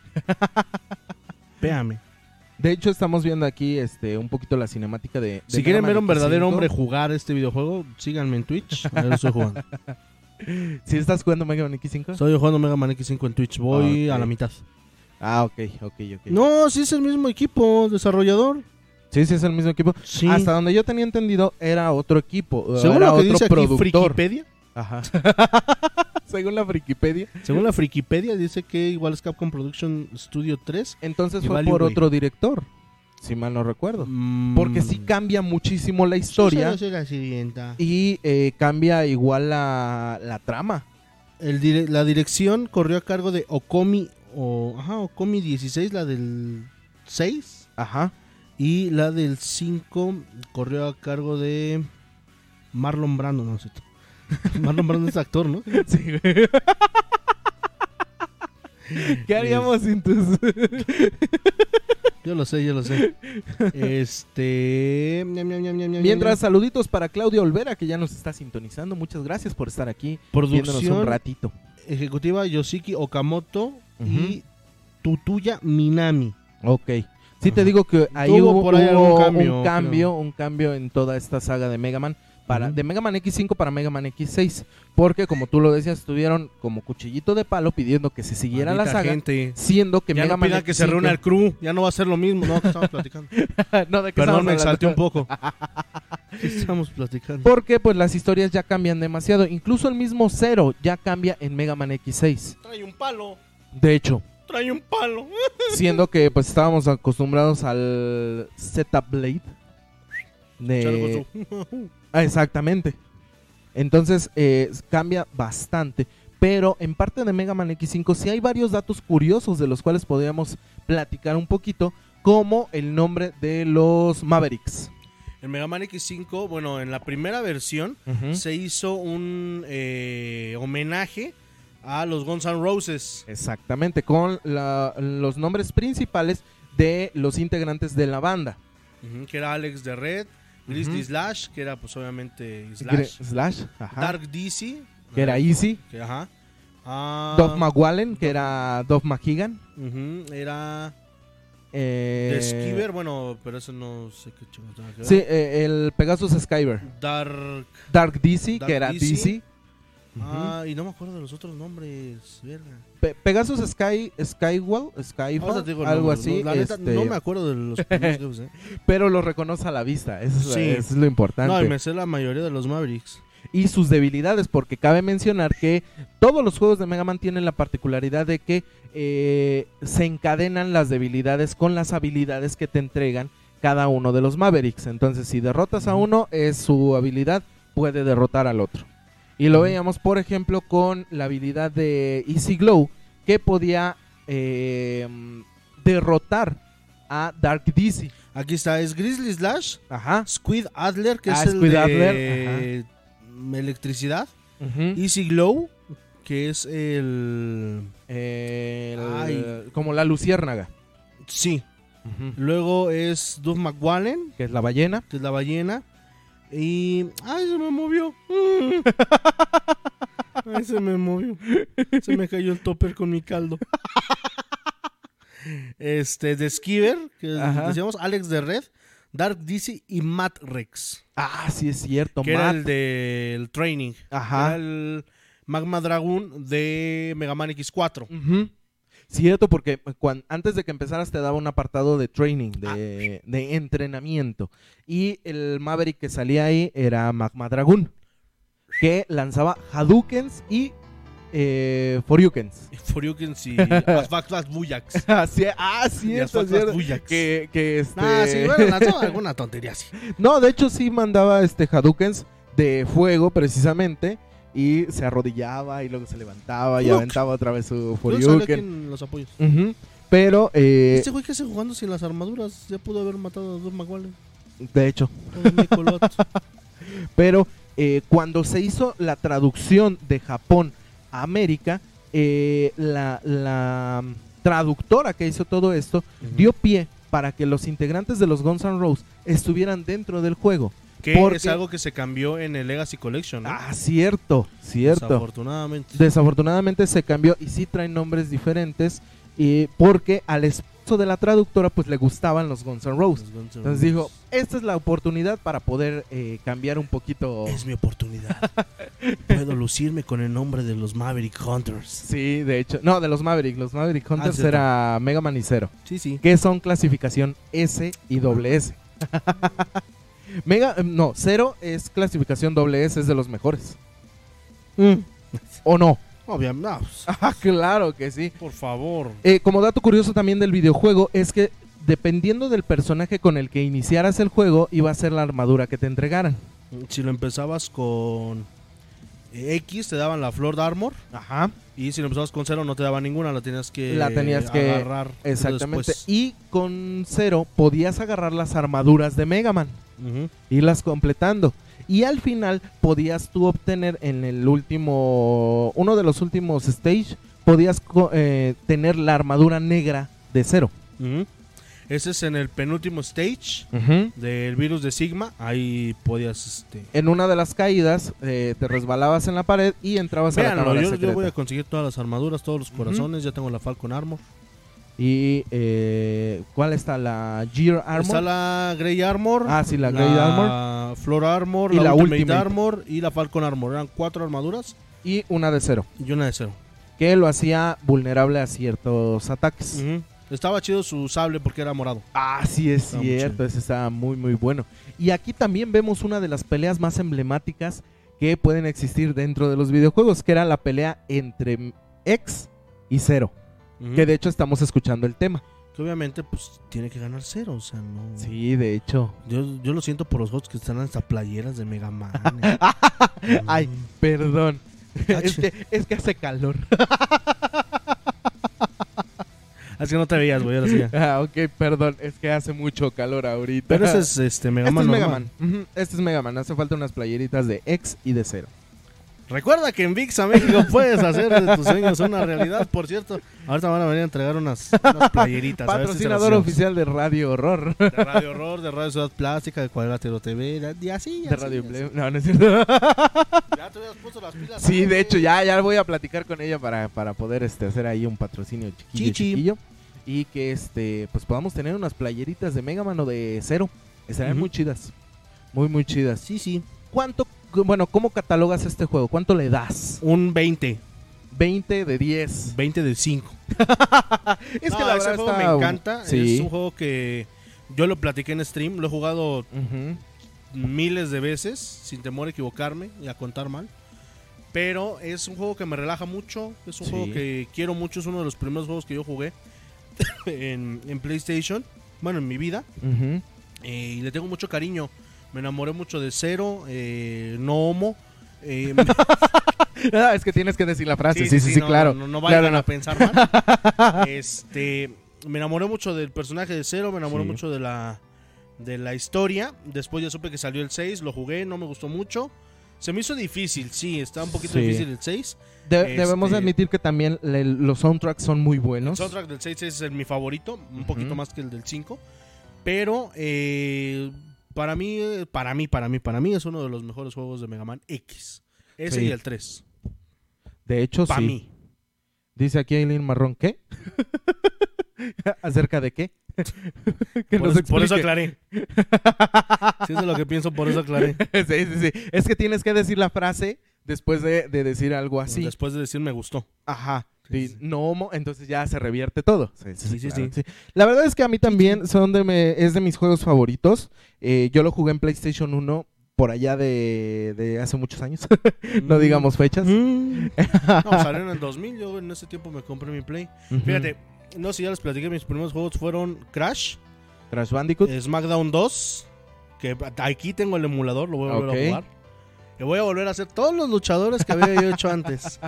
E: Péame.
D: De hecho, estamos viendo aquí este un poquito la cinemática de. de
E: Si
D: Mega
E: quieren
D: Man
E: ver a un verdadero
D: X5.
E: hombre jugar este videojuego, síganme en Twitch. Ahí lo estoy jugando.
D: ¿Sí estás jugando Mega Man X5?
E: Estoy jugando Mega Man X5 en Twitch. Voy
D: Ah, ok.
E: a la mitad.
D: Ah, ok, ok, ok.
E: No, sí es el mismo equipo desarrollador.
D: Sí, sí, es el mismo equipo.
E: Sí.
D: Hasta donde yo tenía entendido, era otro equipo.
E: Según
D: era
E: lo que
D: otro
E: dice aquí
D: productor.
E: Frikipedia,
D: Ajá. Según la Frikipedia.
E: según la Frikipedia dice que igual es Capcom Production Studio 3.
D: Entonces
E: Y
D: fue
E: valió,
D: por
E: güey.
D: otro director, si mal no recuerdo. Porque sí
E: Mm.
D: cambia muchísimo la historia
E: Yo soy la sirvienta.
D: y eh, cambia igual la, la trama.
E: El dire- la dirección corrió a cargo de Okomi, o, ajá, Okomi 16, la del 6.
D: Ajá.
E: Y la del 5 corrió a cargo de Marlon Brando, no sé. Marlon Brando es actor, ¿no?
D: Sí, güey. ¿Qué haríamos sin tus...?
E: Yo lo sé, yo lo sé. Este. ñam, ñam, ñam, ñam, ñam,
D: Mientras,
E: ñam.
D: saluditos para Claudia Olvera, que ya nos está sintonizando. Muchas gracias por estar aquí. Viéndonos un
E: producción
D: ratito.
E: ejecutiva Yoshiki Okamoto
D: Ujú.
E: y Tutuya Minami.
D: Ok. Sí te
E: Ajá.
D: digo que ahí
E: Tuvo
D: hubo,
E: por ahí
D: hubo
E: algún cambio,
D: un
E: creo.
D: cambio, un cambio en toda esta saga de Mega Man para
E: Ujú.
D: de Mega Man X5 para Mega Man X6, porque como tú lo decías, estuvieron como cuchillito de palo pidiendo que se siguiera
E: Maldita
D: la saga,
E: gente.
D: siendo que
E: ya
D: Mega
E: no
D: Man
E: pidan que se
D: X5
E: reúna el crew, ya no va a ser lo mismo, no, que estamos platicando.
D: No, ¿de qué
E: Perdón,
D: estamos
E: me exalté un
D: hablando?
E: poco. ¿Qué estamos platicando?
D: Porque pues las historias ya cambian demasiado, incluso el mismo Zero ya cambia en Mega Man X6.
E: Trae un palo,
D: De hecho,
E: trae un palo.
D: siendo que pues estábamos acostumbrados al Z Blade de
E: Eh,
D: Ah, exactamente. Entonces eh, cambia bastante. Pero en parte de Mega Man X5 sí hay varios datos curiosos de los cuales podríamos platicar un poquito, como el nombre de los Mavericks.
E: El Mega Man X5, bueno, en la primera versión se hizo un eh, homenaje a los Guns N' Roses.
D: Exactamente, con la- los nombres principales de los integrantes de la banda.
E: Ujú, que era Alex de Red, Grizzly
D: Ujú.
E: Slash, que era pues obviamente Slash,
D: Gre- Slash, ajá,
E: Dark DC,
D: que era Easy.
E: que, ajá, ah,
D: Dov McWallen, que era Dov McKeegan.
E: ujú, era
D: eh,
E: The Skiver, bueno, pero eso no sé qué chingados tenga que ver.
D: Sí, eh, el Pegasus Skyver.
E: Dark,
D: Dark DC,
E: Dark
D: que era
E: DC.
D: DC. Ujú.
E: ah, y no me acuerdo de los otros nombres, verga.
D: Pe- Pegasus Sky, Skywell, Skyfall,
E: Ahorita te digo el
D: algo
E: nombre,
D: así.
E: no, la neta,
D: este,
E: no me acuerdo de los primeros jefes, eh.
D: Pero lo reconoce a la vista, eso es,
E: Sí.
D: es lo importante.
E: No, y me sé la mayoría de los Mavericks.
D: Y sus debilidades, porque cabe mencionar que todos los juegos de Mega Man tienen la particularidad de que eh, se encadenan las debilidades con las habilidades que te entregan cada uno de los Mavericks. Entonces, si derrotas a
E: Ujú.
D: uno, es su habilidad, puede derrotar al otro. Y lo
E: Ujú.
D: veíamos, por ejemplo, con la habilidad de Easy Glow, que podía eh, derrotar a Dark Dizzy.
E: Aquí está, es Grizzly Slash,
D: Ajá.
E: Squid Adler, que
D: Ah,
E: es el
D: Squid
E: de
D: Adler,
E: electricidad,
D: Ujú.
E: Easy Glow, que es el...
D: eh, El-
E: Ay.
D: como la luciérnaga.
E: Sí. Luego es Duff McWallen,
D: Que es la ballena.
E: que es la ballena. Y... ¡Ay, se me movió! ¡Ay, se me movió! Se me cayó el topper con mi caldo. Este, de Skiver, que
D: Ajá.
E: decíamos Alex de Red, Dark Dizzy y Matt Rex,
D: Ah, sí es cierto,
E: que era
D: Matt.
E: el del training.
D: Ajá.
E: Era el Magma Dragoon de Mega Man X4.
D: Ujú. Cierto, porque eh, cuan- antes de que empezaras te daba un apartado de training,
E: Ah.
D: de, de entrenamiento. Y el Maverick que salía ahí era Magma Dragoon, que lanzaba Hadoukens y eh, Foryukens.
E: Foryukens y Asfactas Buyax.
D: Así- ah,
E: Y
D: cierto,
E: Asfactas
D: cierto.
E: Buyax.
D: Que, que este...
E: Ah, sí, bueno, lanzó alguna tontería así.
D: No, de hecho sí mandaba este Hadoukens de fuego precisamente y se arrodillaba y luego se levantaba y
E: Look.
D: aventaba otra vez su
E: Yo no sabía
D: Foryuken.
E: quién los apoyos.
D: Ujú. Pero, eh,
E: Este güey que hace jugando sin las armaduras ya pudo haber matado a dos McWallen.
D: de hecho, pero eh, cuando se hizo la traducción de Japón a América, eh, la, la traductora que hizo todo esto dio pie para que los integrantes de los Guns N' Roses estuvieran dentro del juego.
E: Que
D: Porque-
E: es algo que se cambió en el Legacy Collection, ¿no?
D: Ah, cierto, cierto.
E: Desafortunadamente.
D: Desafortunadamente se cambió y sí traen nombres diferentes y porque al esposo de la traductora pues le gustaban los Guns N' Roses. Entonces dijo, esta es la oportunidad para poder eh, cambiar un poquito.
E: Es mi oportunidad. Puedo lucirme con el nombre de los Maverick Hunters.
D: Sí, de hecho. No, de los Maverick. Los Maverick Hunters
E: cierto.
D: era Mega Man y Zero.
E: Sí, sí.
D: Que son clasificación S y doble S. Mega, eh, no, Zero es clasificación doble S, es de los mejores. ¿O no?
E: Obviamente. no, pues,
D: Ah, claro que sí.
E: por favor.
D: Eh, como dato curioso también del videojuego es que dependiendo del personaje con el que iniciaras el juego, iba a ser la armadura que te entregaran.
E: Si lo empezabas con X, te daban la flor de armor.
D: Ajá.
E: Y si lo empezabas con cero, no te daba ninguna. La tenías que
D: La tenías que-
E: agarrar. pues,
D: Exactamente.
E: después.
D: Y con cero podías agarrar las armaduras de Mega Man,
E: Ujú.
D: irlas completando. Y al final podías tú obtener en el último, uno de los últimos stage, podías co- eh, tener la armadura negra de cero.
E: Ujú. Ese es en el penúltimo stage del virus de Sigma. Ahí podías. Este,
D: En una de las caídas eh, te resbalabas en la pared y entrabas a la
E: Véanlo,
D: cámara
E: yo, yo
D: secreta.
E: voy a conseguir todas las armaduras, todos los corazones. Ya tengo la Falcon Armor.
D: Y eh, ¿cuál está la Gear Armor?
E: Está la Grey Armor.
D: Ah, sí, la Grey
E: Armor. Flor Armor,
D: Y
E: la,
D: la
E: Ultimate,
D: Ultimate.
E: Armor y la Falcon Armor. Eran cuatro armaduras
D: Y una de cero,
E: y una de cero.
D: que lo hacía vulnerable a ciertos ataques.
E: Ujú. Estaba chido su sable porque era morado.
D: Ah, sí, es
E: Está muy
D: cierto,
E: chido.
D: ese está muy, muy bueno. Y aquí también vemos una de las peleas más emblemáticas que pueden existir dentro de los videojuegos, que era la pelea entre X y Zero,
E: Ujú.
D: que de hecho estamos escuchando el tema.
E: Que obviamente, pues tiene que ganar cero. O sea, no.
D: Sí, de hecho.
E: Yo, yo lo siento por los hots que están hasta playeras de Mega Man.
D: Ay, perdón. es, que, es que hace calor.
E: Así que no te veías, güey. ahora sí ya.
D: Ah, ok, perdón, es que hace mucho calor ahorita.
E: Pero ese es este, Mega
D: Este
E: Man.
D: es Mega
E: normal.
D: Man. Ujú, Este es Mega Man. Hace falta unas playeritas de X y de Zero.
E: Recuerda que en VIXA México puedes hacer de tus sueños una realidad, por cierto. Ahorita van a venir a entregar unas, unas playeritas. a ver si se las
D: Patrocinador
E: hacemos.
D: oficial de Radio Horror.
E: De Radio Horror, de Radio Ciudad Plástica, de Cuadrilátero TV, de- y así.
D: De
E: así,
D: Radio
E: así.
D: Emblem. No, no es cierto.
E: Ya te hubieras puesto las pilas.
D: Sí,
E: ¿no?
D: de hecho, ya, ya voy a platicar con ella para, para poder este, hacer ahí un patrocinio chiquillo,
E: Chichi.
D: chiquillo. Y que este pues podamos tener unas playeritas de Mega Man o de Zero. Estarán
E: Ujú.
D: muy chidas. Muy, muy chidas.
E: Sí, sí.
D: ¿Cuánto, bueno, cómo catalogas este juego? ¿Cuánto le das?
E: Un 20.
D: 20 de 10.
E: 20 de 5.
D: Es
E: No, ese juego me
D: está-
E: encanta.
D: Sí.
E: Es un juego que yo lo platiqué en stream, lo he jugado
D: Ujú.
E: miles de veces, sin temor a equivocarme y a contar mal. Pero es un juego que me relaja mucho, es un
D: Sí.
E: juego que quiero mucho, es uno de los primeros juegos que yo jugué en, en PlayStation, bueno, en mi vida,
D: Ujú.
E: eh, y le tengo mucho cariño. Me enamoré mucho de Cero, eh, no homo. eh,
D: Ah, es que tienes que decir la frase. Sí, sí, sí,
E: no,
D: claro.
E: No, no vayan
D: Claro,
E: a
D: no.
E: pensar mal. este, me enamoré mucho del personaje de Cero, me enamoré
D: Sí.
E: mucho de la, de la historia. Después ya supe que salió el 6, lo jugué, no me gustó mucho. Se me hizo difícil, sí, está un poquito
D: Sí.
E: difícil el 6.
D: De-
E: Este-
D: Debemos de admitir que también le- los soundtracks son muy
E: El
D: buenos.
E: soundtrack del 6 es el- mi favorito, un
D: Ujú.
E: poquito más que el del 5. Pero eh, para mí, eh, para mí, para mí, para mí es uno de los mejores juegos de Mega Man X. Ese
D: Sí.
E: y el 3.
D: De hecho,
E: Para
D: sí.
E: mí.
D: Dice aquí Aileen Marrón, ¿qué? ¿Acerca de qué? que
E: Por,
D: nos
E: eso, por eso
D: explique.
E: aclaré. sí, eso es lo que pienso, por eso aclaré.
D: sí, sí, sí. Es que tienes que decir la frase después de, de decir algo así.
E: Después de decir me gustó.
D: Ajá.
E: Sí,
D: Y
E: sí.
D: no homo, entonces ya se revierte todo.
E: sí, sí, sí.
D: La verdad es que a mí también son de me- es de mis juegos favoritos. Eh, yo lo jugué en PlayStation 1 por allá de, de hace muchos años.
E: Mm.
D: no digamos fechas. Mm.
E: No, salió en el 2000, yo en ese tiempo me compré mi Play.
D: Ujú.
E: Fíjate, no sé si ya les platiqué, mis primeros juegos fueron Crash,
D: Crash Bandicoot.
E: Eh, SmackDown 2, que aquí tengo el emulador, lo voy a volver
D: Ok.
E: a jugar. Y voy a volver a hacer todos los luchadores que había yo hecho antes.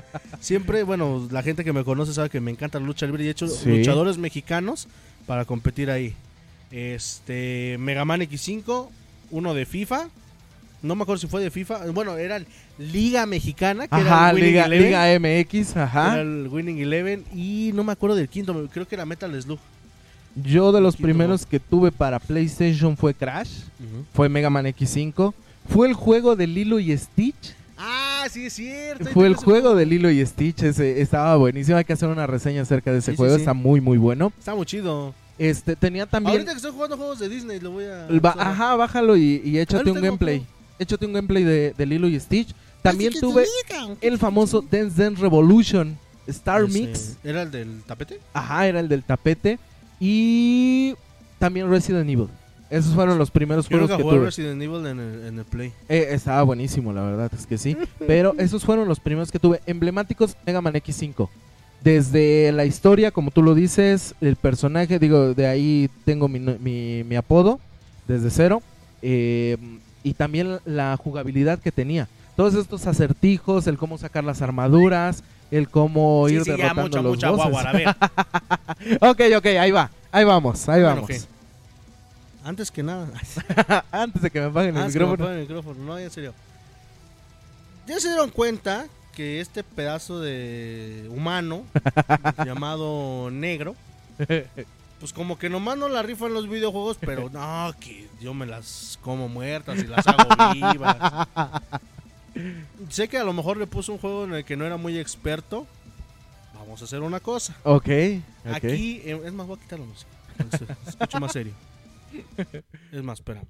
E: Siempre, bueno, la gente que me conoce sabe que me encanta la lucha libre y he hecho
D: Sí.
E: luchadores mexicanos para competir ahí. Este, Mega Man X5, uno de FIFA. No me acuerdo si fue de FIFA. Bueno, era Liga Mexicana, que
D: Ajá,
E: era el Winning
D: Liga,
E: Eleven.
D: Liga MX, ajá.
E: Era el Winning Eleven y no me acuerdo del quinto, creo que era Metal Slug.
D: Yo de los
E: Poquito,
D: primeros que tuve para PlayStation fue Crash, fue Mega Man X5, fue el juego de Lilo y Stitch,
E: Ah, sí, es cierto. ahí
D: fue el
E: tengo ese
D: juego de Lilo y Stitch, ese estaba buenísimo, hay que hacer una reseña acerca de ese
E: Sí, sí,
D: juego,
E: sí.
D: está muy muy bueno.
E: Está muy chido.
D: Este, tenía también
E: Ahorita que estoy jugando juegos de Disney, lo voy a.
D: el ba- ajá, bájalo y, y échate
E: Ahorita
D: un
E: tengo
D: gameplay.
E: juego.
D: Échate un gameplay de, de Lilo y Stitch. También tuve el famoso Dance Dance Revolution Star
E: Ese-
D: Mix.
E: ¿Era el del tapete?
D: Ajá, era el del tapete. Y también Resident Evil. Esos fueron los primeros
E: Yo
D: juegos
E: nunca
D: que
E: jugué
D: tuve.
E: Resident Evil en el, en el Play.
D: Eh, estaba buenísimo, la verdad, es que sí. Pero esos fueron los primeros que tuve. Emblemáticos Mega Man X5. Desde la historia, como tú lo dices, el personaje, digo, de ahí tengo mi, no- mi- mi apodo, desde cero. eh, y también la jugabilidad que tenía. Todos estos acertijos, el cómo sacar las armaduras, el cómo ir derrotando los bosses.
E: guaguara, a ver.
D: Ok, ok, ahí va. Ahí vamos, ahí
E: Bueno,
D: vamos.
E: ok. Antes que nada.
D: Antes de que me apaguen el
E: Antes que Ah, me
D: micrófono.
E: apaguen el micrófono, No, ya en serio. Ya se dieron cuenta que este pedazo de humano llamado negro, pues como que nomás no la rifan los videojuegos, pero no, que yo me las como muertas y las hago vivas. sé que a lo mejor le puso un juego en el que no era muy experto. Vamos a hacer una cosa.
D: Ok, ok.
E: Aquí, eh, es más, voy a quitar la música. Se Escucho más serio. Es más, espérame.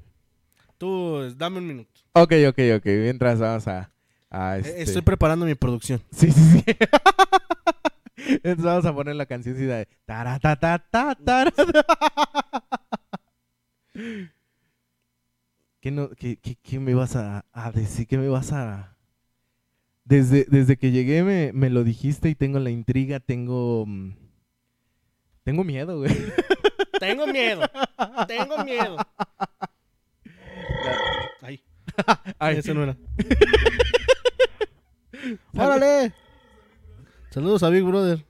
E: Tú, eh, dame un minuto.
D: Ok, ok, ok. Mientras vamos a. a
E: Eh,
D: este-
E: Estoy preparando mi producción.
D: Sí, sí, sí. Entonces vamos a poner la cancioncita de. taratatata, tarata. ¿Qué, no- qué- qué- qué me vas a, a decir? ¿Qué me vas a.? Desde, desde que llegué me, me lo dijiste y tengo la intriga, tengo. mm, Tengo miedo, güey.
E: Tengo miedo. Tengo miedo. Ahí.
D: Ay.
E: Ese no era. ¡Órale! Saludos a Big Brother.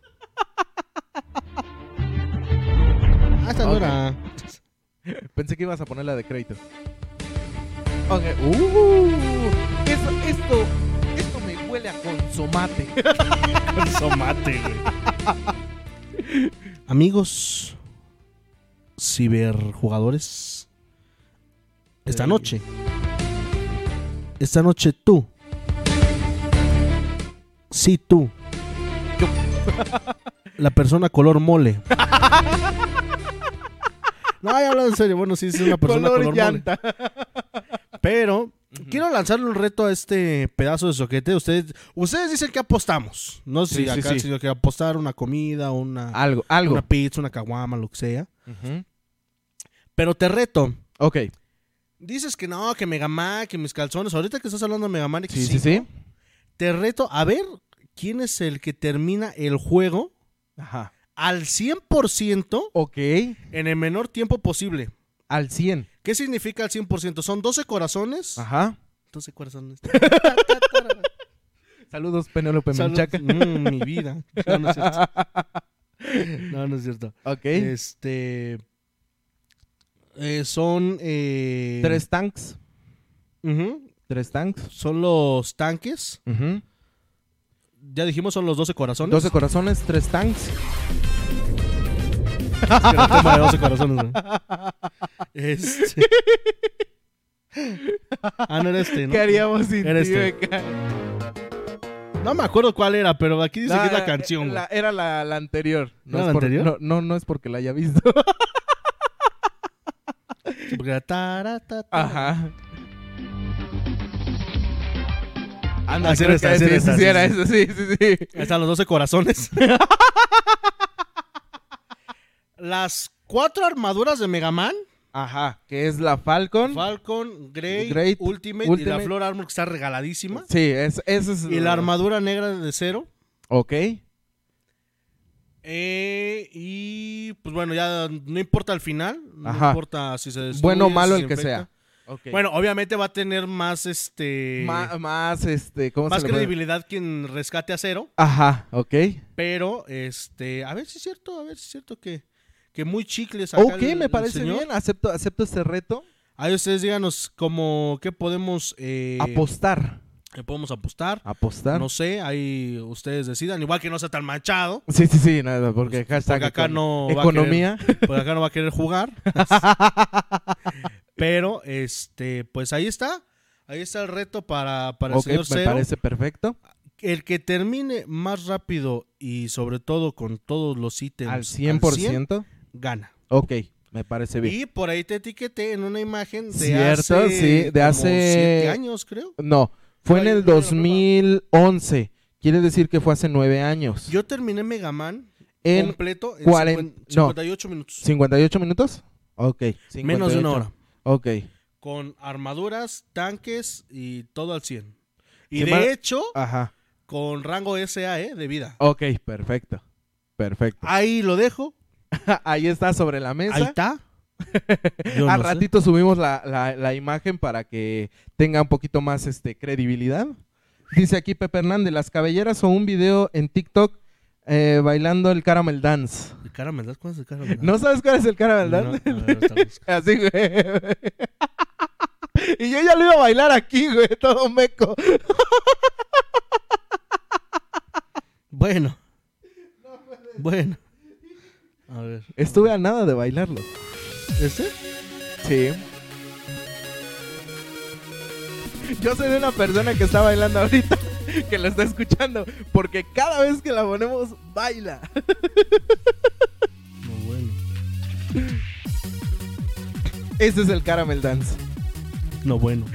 E: Ah, esa no
D: Ok.
E: era.
D: Pensé que ibas a poner la de crédito. Ok. Uh, eso, esto, esto me huele a consomate.
E: Amigos ciberjugadores, esta
D: Sí.
E: noche, esta noche tú, sí tú, la persona color mole. No, ya hablo en serio, bueno, sí, es una persona color, mole. Pero quiero lanzarle un reto a este pedazo de soquete. Ustedes, ustedes dicen que apostamos. No sé
D: Sí,
E: si
D: sí,
E: acá,
D: sí. Ah,
E: sino que apostar una comida, una...
D: Algo, algo.
E: Una pizza, una caguama, lo que sea. Pero te reto.
D: Ok.
E: Dices que no, que Mega Man, que mis calzones. Ahorita que estás hablando de Mega Man X5,
D: Sí, sí, sí.
E: te reto a ver quién es el que termina el juego
D: Ajá.
E: al 100%
D: Ok.
E: en el menor tiempo posible.
D: Al 100.
E: ¿Qué significa al 100%? Son 12 corazones.
D: Ajá.
E: 12 corazones.
D: Saludos, Penélope
E: Salud.
D: Menchaca.
E: Mm, mi vida. No, no es cierto. No, no es cierto.
D: Ok.
E: Este. eh, son. eh,
D: Tres tanks.
E: ujú,
D: Tres tanks.
E: son los tanques.
D: Ujú.
E: Ya dijimos son los 12 corazones.
D: 12 corazones, tres tanques.
E: Que era el tema de 12 corazones, güey. Este. Ah, no era este, ¿no?
D: ¿Qué haríamos sin
E: Era
D: ti,
E: este.
D: beca?
E: No me acuerdo cuál era, pero aquí dice que es la
D: No,
E: canción, güey.
D: la- Era la, la anterior. No
E: ¿Era
D: es
E: la
D: por-
E: anterior?
D: no- no, no es porque la haya visto.
E: Porque era tara, ta, ta.
D: Ajá. Anda,
E: Así
D: Ah, creo
E: era
D: que
E: esta, así era
D: sí,
E: esta,
D: sí,
E: Ah, sí,
D: era
E: sí.
D: eso, sí, sí, sí.
E: Ahí están los 12 corazones. Las cuatro armaduras de Mega Man:
D: Ajá, que es la Falcon.
E: Falcon, Grey,
D: Great,
E: Ultimate, y la
D: Ultimate.
E: Flor Armor que está regaladísima.
D: sí, es, eso es...
E: Y la armadura negra de cero.
D: Ok.
E: Eh, y pues bueno, ya no importa el final, no
D: Ajá.
E: importa si se destruye,
D: Bueno o malo
E: si
D: el
E: se
D: que sea. Ok.
E: Bueno, obviamente va a tener más este
D: Ma- más, este, ¿cómo
E: más
D: se le puede-
E: credibilidad quien rescate a cero,
D: Ajá, ok.
E: pero este, a ver si es cierto, a ver si es cierto que que muy chicles acá
D: Ok,
E: el-
D: me
E: el
D: parece
E: señor.
D: bien, acepto, acepto este reto.
E: Ahí ustedes díganos como qué podemos eh,
D: Apostar.
E: Le podemos apostar.
D: Apostar.
E: No sé, ahí ustedes decidan. Igual que no sea tan manchado.
D: Sí, sí, sí, nada, porque hashtag
E: Pues, Porque acá
D: econ-
E: no va a
D: economía.
E: Pues acá no va a querer jugar. Pero, este, pues ahí está. Ahí está el reto para, para el
D: Ok, me
E: señor Cero.
D: parece perfecto.
E: El que termine más rápido y sobre todo con todos los ítems
D: Al
E: 100%,
D: 100%.
E: gana.
D: Ok, me parece bien.
E: Y por ahí te etiqueté en una imagen de
D: Cierto,
E: hace
D: sí, de
E: como
D: hace-
E: siete años, creo.
D: No, fue en
E: Ay,
D: el
E: no, no, no, no.
D: 2011. Quiere decir que fue hace nueve años.
E: Yo terminé Mega Man
D: en
E: completo en
D: cuaren-
E: cincuenta-
D: no.
E: 58 minutos.
D: 58 minutos. Ok.
E: Menos de una
D: 58.
E: hora.
D: Ok.
E: Con armaduras, tanques y todo al 100. Y
D: Sin
E: de
D: mal-
E: hecho,
D: Ajá.
E: con rango SA, ¿eh? De vida.
D: Ok, perfecto. Perfecto.
E: Ahí lo dejo.
D: Ah, Ahí está sobre la mesa.
E: Ahí está. Yo
D: Al
E: no sé.
D: ratito subimos la, la- la imagen para que tenga un poquito más este, credibilidad. Dice aquí Pepe Hernández, las cabelleras o un video en TikTok eh, bailando el caramel dance.
E: ¿El caramel dance? ¿Cuál es el caramel dance?
D: ¿No sabes cuál es el caramel
E: No,
D: dance?
E: a ver, ahorita busco.
D: Así, güey. Y yo ya lo iba a bailar aquí, güey, todo meco.
E: bueno. Bueno. A ver.
D: Estuve a nada de bailarlo.
E: ¿Este?
D: Sí. Yo soy de una persona que está bailando ahorita, que lo está escuchando, porque cada vez que la ponemos, baila.
E: No, bueno.
D: Ese es el caramel dance.
E: No, bueno.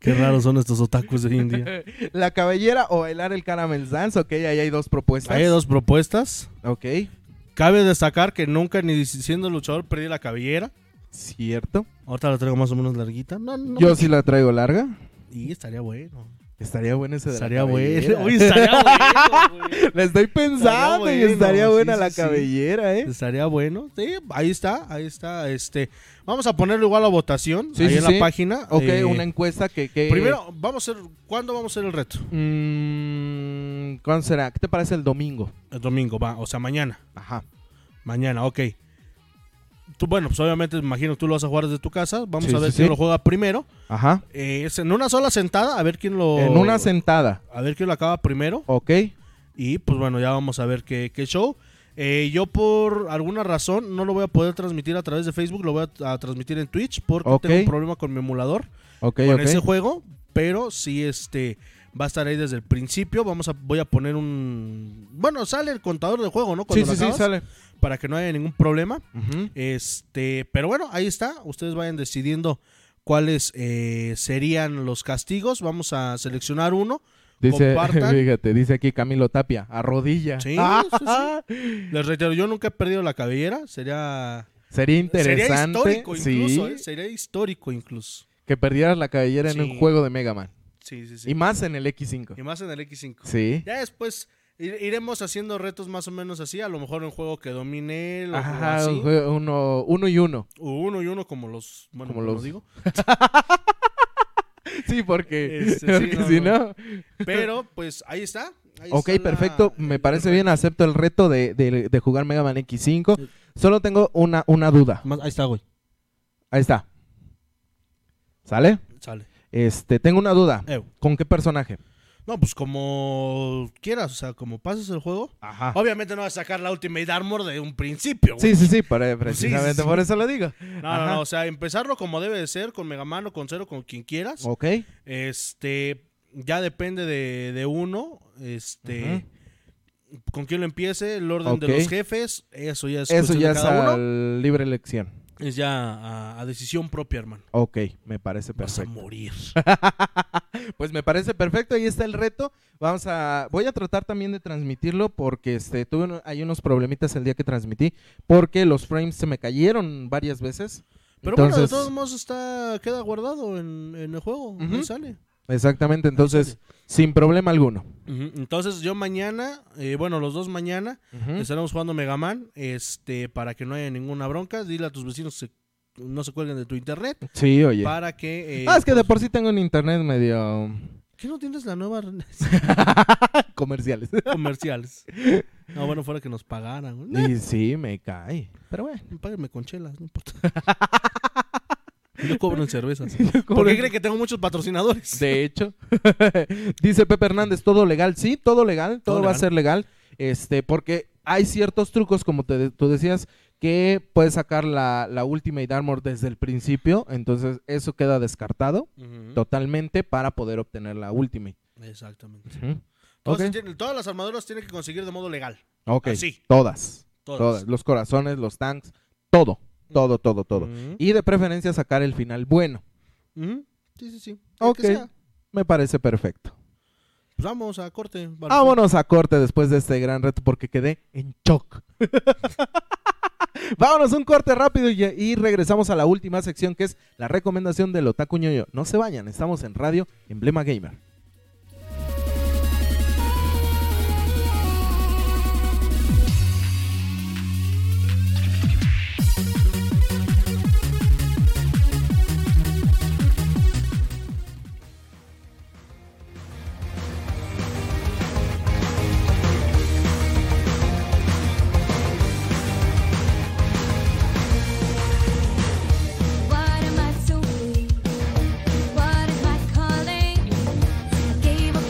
E: Qué raros son estos otakus de hoy en día.
D: La cabellera o bailar el caramel dance, ok, ahí hay dos propuestas.
E: Hay dos propuestas.
D: Ok,
E: Cabe destacar que nunca, ni siendo luchador, perdí la cabellera.
D: cierto.
E: Ahorita la traigo más o menos larguita. No, no.
D: Yo sí la traigo larga.
E: Y estaría bueno.
D: Estaría bueno ese de la
E: Estaría
D: cabellera.
E: bueno. Uy, estaría bueno, güey.
D: La estoy pensando
E: Estaría
D: y estaría
E: bueno,
D: buena
E: sí,
D: la
E: sí, sí.
D: cabellera, ¿eh?
E: Estaría bueno. Sí, ahí está, ahí está. Este, vamos a ponerlo igual a votación
D: Sí,
E: ahí
D: sí,
E: en la
D: sí.
E: página.
D: Ok,
E: Eh,
D: una encuesta que... que-
E: Primero, vamos a hacer, ¿cuándo vamos a hacer el reto?
D: Mm, ¿Cuándo será? ¿Qué te parece el domingo?
E: El domingo, va, o sea, mañana.
D: Ajá.
E: Mañana, ok. Tú, bueno, pues obviamente, me imagino tú lo vas a jugar desde tu casa. Vamos
D: Sí,
E: a ver
D: sí,
E: quién
D: sí.
E: lo juega primero.
D: Ajá.
E: Eh, es en una sola sentada, a ver quién lo.
D: En una sentada.
E: A ver quién lo acaba primero.
D: Ok.
E: Y pues bueno, ya vamos a ver qué, qué show. Eh, yo por alguna razón no lo voy a poder transmitir a través de Facebook, lo voy a, a transmitir en Twitch porque
D: Ok.
E: tengo un problema con mi emulador,
D: Ok,
E: con
D: ok.
E: ese juego, pero sí este va a estar ahí desde el principio. Vamos a voy a poner un bueno, sale el contador del juego, ¿no?
D: Sí,
E: Cuando lo
D: sí, sí,
E: acabas,
D: sale.
E: para que no haya ningún problema.
D: Ujú.
E: Este, pero bueno, ahí está. Ustedes vayan decidiendo cuáles eh, serían los castigos. Vamos a seleccionar uno.
D: Dice,
E: Compartan.
D: fíjate, dice aquí Camilo Tapia, a rodilla.
E: Sí, sí, Ah, Les reitero, yo nunca he perdido la cabellera. Sería
D: Sería interesante.
E: Sería histórico incluso,
D: sí,
E: ¿eh? Sería histórico incluso.
D: Que perdieras la cabellera en
E: Sí.
D: un juego de Mega Man.
E: Sí, sí,
D: Y
E: sí.
D: más en el
E: Y,
D: X5.
E: más en el X5.
D: Sí.
E: Ya después i- iremos haciendo retos más o menos así. A lo mejor un juego que domine él o
D: Ajá,
E: así.
D: un juego- uno, uno y uno.
E: O uno y uno como los... Bueno,
D: Como
E: como los
D: los-
E: digo.
D: Sí, porque,
E: Este, sí,
D: porque
E: no,
D: si
E: no.
D: no.
E: Pero, pues, ahí está. Ahí
D: Ok,
E: está la-
D: perfecto. Me
E: el-
D: parece bien. Acepto el reto de, de- de jugar Mega Man X5. Solo tengo una, una duda.
E: Más- Ahí está, güey.
D: Ahí está. ¿Sale?
E: Sale.
D: Este, tengo una duda.
E: Ew.
D: ¿Con qué personaje?
E: No, pues como quieras. O sea, como pases el juego.
D: Ajá.
E: Obviamente no vas a sacar la Ultimate Armor de un principio, güey.
D: Sí, sí, sí, para-
E: sí,
D: precisamente
E: sí.
D: por eso lo digo.
E: No,
D: Ajá.
E: no, no, o sea, empezarlo como debe de ser, con Mega Man o con Cero, con quien quieras.
D: Ok.
E: Este, ya depende de, de uno, este, con quién lo empiece, el orden
D: Ok.
E: de los jefes, eso ya es
D: Eso
E: cuestión
D: ya
E: de
D: es
E: cada
D: a
E: uno.
D: libre elección.
E: Es ya a, a decisión propia, hermano.
D: Ok, me parece
E: Vas a
D: perfecto.
E: morir.
D: Pues me parece perfecto, ahí está el reto. Vamos a voy a tratar también de transmitirlo porque este tuve un- hay unos problemitas el día que transmití porque los frames se me cayeron varias veces.
E: Pero bueno, de
D: Entonces-
E: todos modos está, queda guardado en, en el juego, ahí
D: Ujú.
E: sale.
D: Exactamente, entonces sin problema alguno.
E: Ujú, Entonces yo mañana, eh, bueno, los dos mañana, estaremos jugando Mega Man, este, para que no haya ninguna bronca, dile a tus vecinos que no se cuelguen de tu internet.
D: Sí, oye.
E: Para que. eh,
D: Ah, es que de por sí tengo en internet medio
E: ¿Qué no tienes la nueva red
D: comerciales.
E: comerciales? No, bueno, fuera que nos pagaran. güey.
D: y sí, me cae. Pero bueno.
E: Páguenme con chelas, no importa. Yo cobro en cervezas.
D: cobro
E: ¿Por qué
D: en-
E: cree que tengo muchos patrocinadores?
D: De hecho, dice Pepe Hernández, todo legal, sí, todo legal, todo,
E: Todo
D: va a
E: legal.
D: ser legal, este, porque hay ciertos trucos, como te, tú decías, que puedes sacar la, la Ultimate Armor desde el principio, entonces eso queda descartado
E: Ujú.
D: totalmente para poder obtener la Ultimate.
E: Exactamente.
D: Ujú.
E: Entonces,
D: Ok.
E: tiene- todas las armaduras tienen que conseguir de modo legal.
D: Ok,
E: Así.
D: todas,
E: Todas.
D: todas, los corazones, los tanks, todo, todo, todo, todo.
E: Ujú.
D: Y de preferencia sacar el final bueno,
E: Ujú. Sí, sí, sí. El
D: Ok.
E: que sea.
D: me parece perfecto.
E: Pues vamos a corte.
D: Ah,
E: Vale.
D: Vámonos a corte después de este gran reto porque quedé en shock. Vámonos un corte rápido y, y regresamos a la última sección que es la recomendación del Otaku Ñoño. No se vayan, estamos en Radio Emblema Gamer.
F: What am I doing? What is my calling?
A: Oh,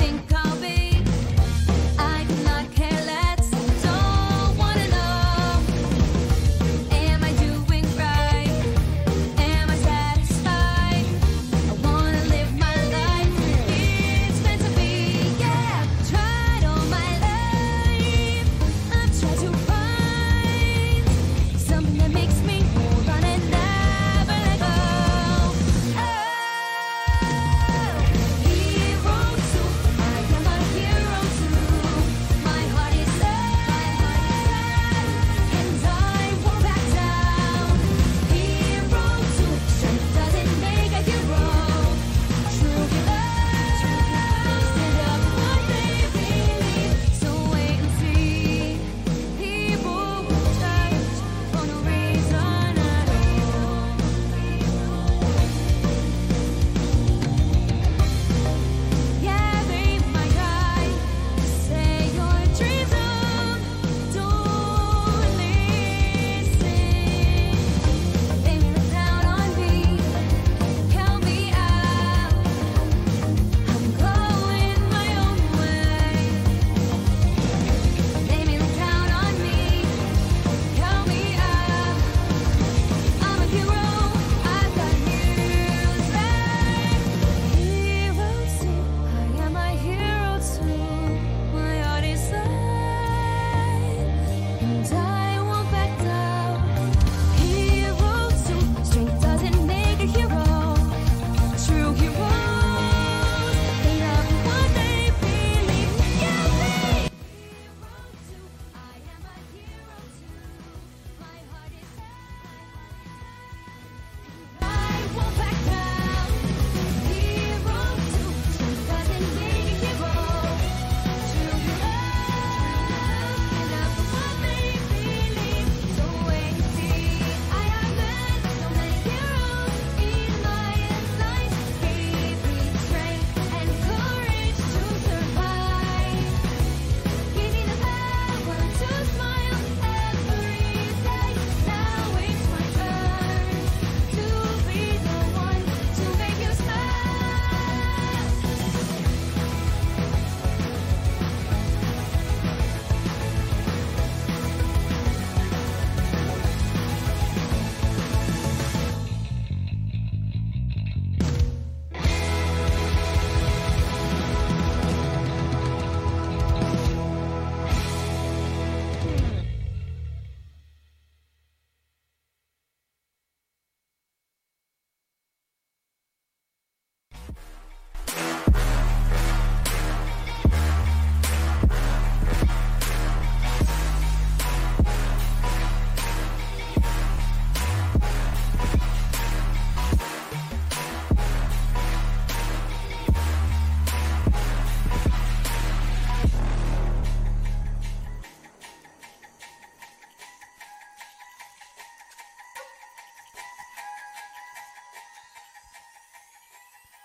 A: Oh.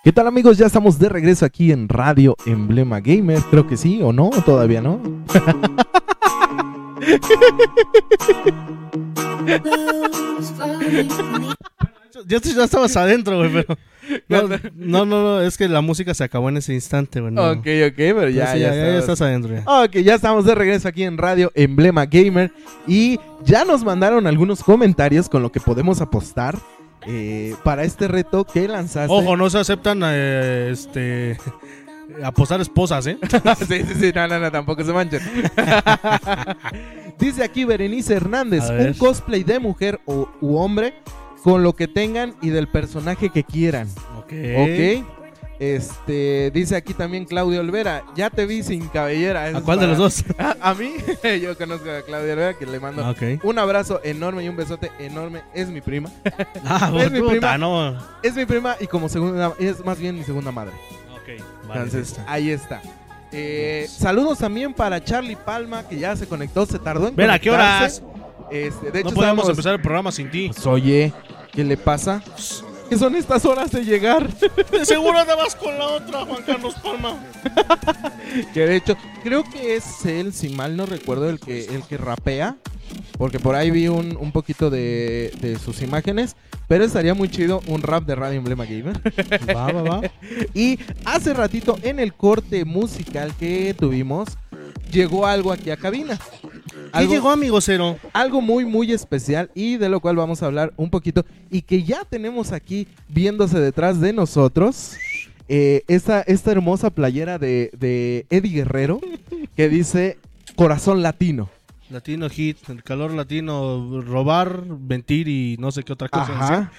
D: ¿Qué tal amigos? Ya estamos de regreso aquí en Radio Emblema Gamer. Creo que sí o no, todavía no.
E: Ya, te- ya estabas adentro, güey, pero. No, no, no, no, es que la música se acabó en ese instante, güey. no.
D: Ok, ok, pero
E: Pero
D: ya, Ah,
E: sí,
D: Pues ya, estamos.
E: estás adentro. ya.
D: Ok, ya estamos de regreso aquí en Radio Emblema Gamer y ya nos mandaron algunos comentarios con lo que podemos apostar eh, para este reto que lanzaste.
E: Ojo, no se aceptan eh, este apostar esposas, ¿eh?
D: sí, sí, sí, no, no, no, tampoco se manchen. Dice aquí Berenice Hernández,
E: A ver.
D: un cosplay de mujer o, u hombre con lo que tengan y del personaje que quieran.
E: Ok.
D: Ok. Este, dice aquí también Claudio Olvera, ya te vi sin cabellera. Eso
E: ¿A
D: es
E: cuál de
D: para-
E: los dos? Ah,
D: A, a mí, yo conozco a Claudia Olvera que le mando
E: Ok.
D: un abrazo enorme y un besote enorme. Es mi prima.
E: Ah,
D: Es mi
E: puta,
D: prima.
E: no.
D: Es mi prima y como segunda, es más bien mi segunda madre.
E: Ok, vale,
D: Entonces, ah,
E: listo.
D: ahí está. Eh, saludos también para Charlie Palma que ya se conectó, se tardó en
E: Ven, ¿a qué
D: conectarse.
E: horas?
D: Este, de hecho,
E: No podemos
D: estábamos-
E: empezar el programa sin ti.
D: Pues, Oye, ¿qué le pasa? ¿Qué son estas horas de llegar?
E: De seguro andabas con la otra, Juan Carlos Palma.
D: que de hecho, creo que es él, si mal no recuerdo, el que, el que rapea. Porque por ahí vi un, un poquito de, de sus imágenes. Pero estaría muy chido un rap de Radio Emblema Gamer.
E: Va, va, va.
D: Y hace ratito en el corte musical que tuvimos, llegó algo aquí a cabina.
E: ¿Qué
D: Algo,
E: llegó, amigo Cero?
D: algo muy, muy especial y de lo cual vamos a hablar un poquito. Y que ya tenemos aquí viéndose detrás de nosotros. eh, esta, esta hermosa playera de, de Eddie Guerrero que dice Corazón Latino.
E: Latino hit, el calor latino, robar, mentir y no sé qué otra cosa. decía.
D: Ajá.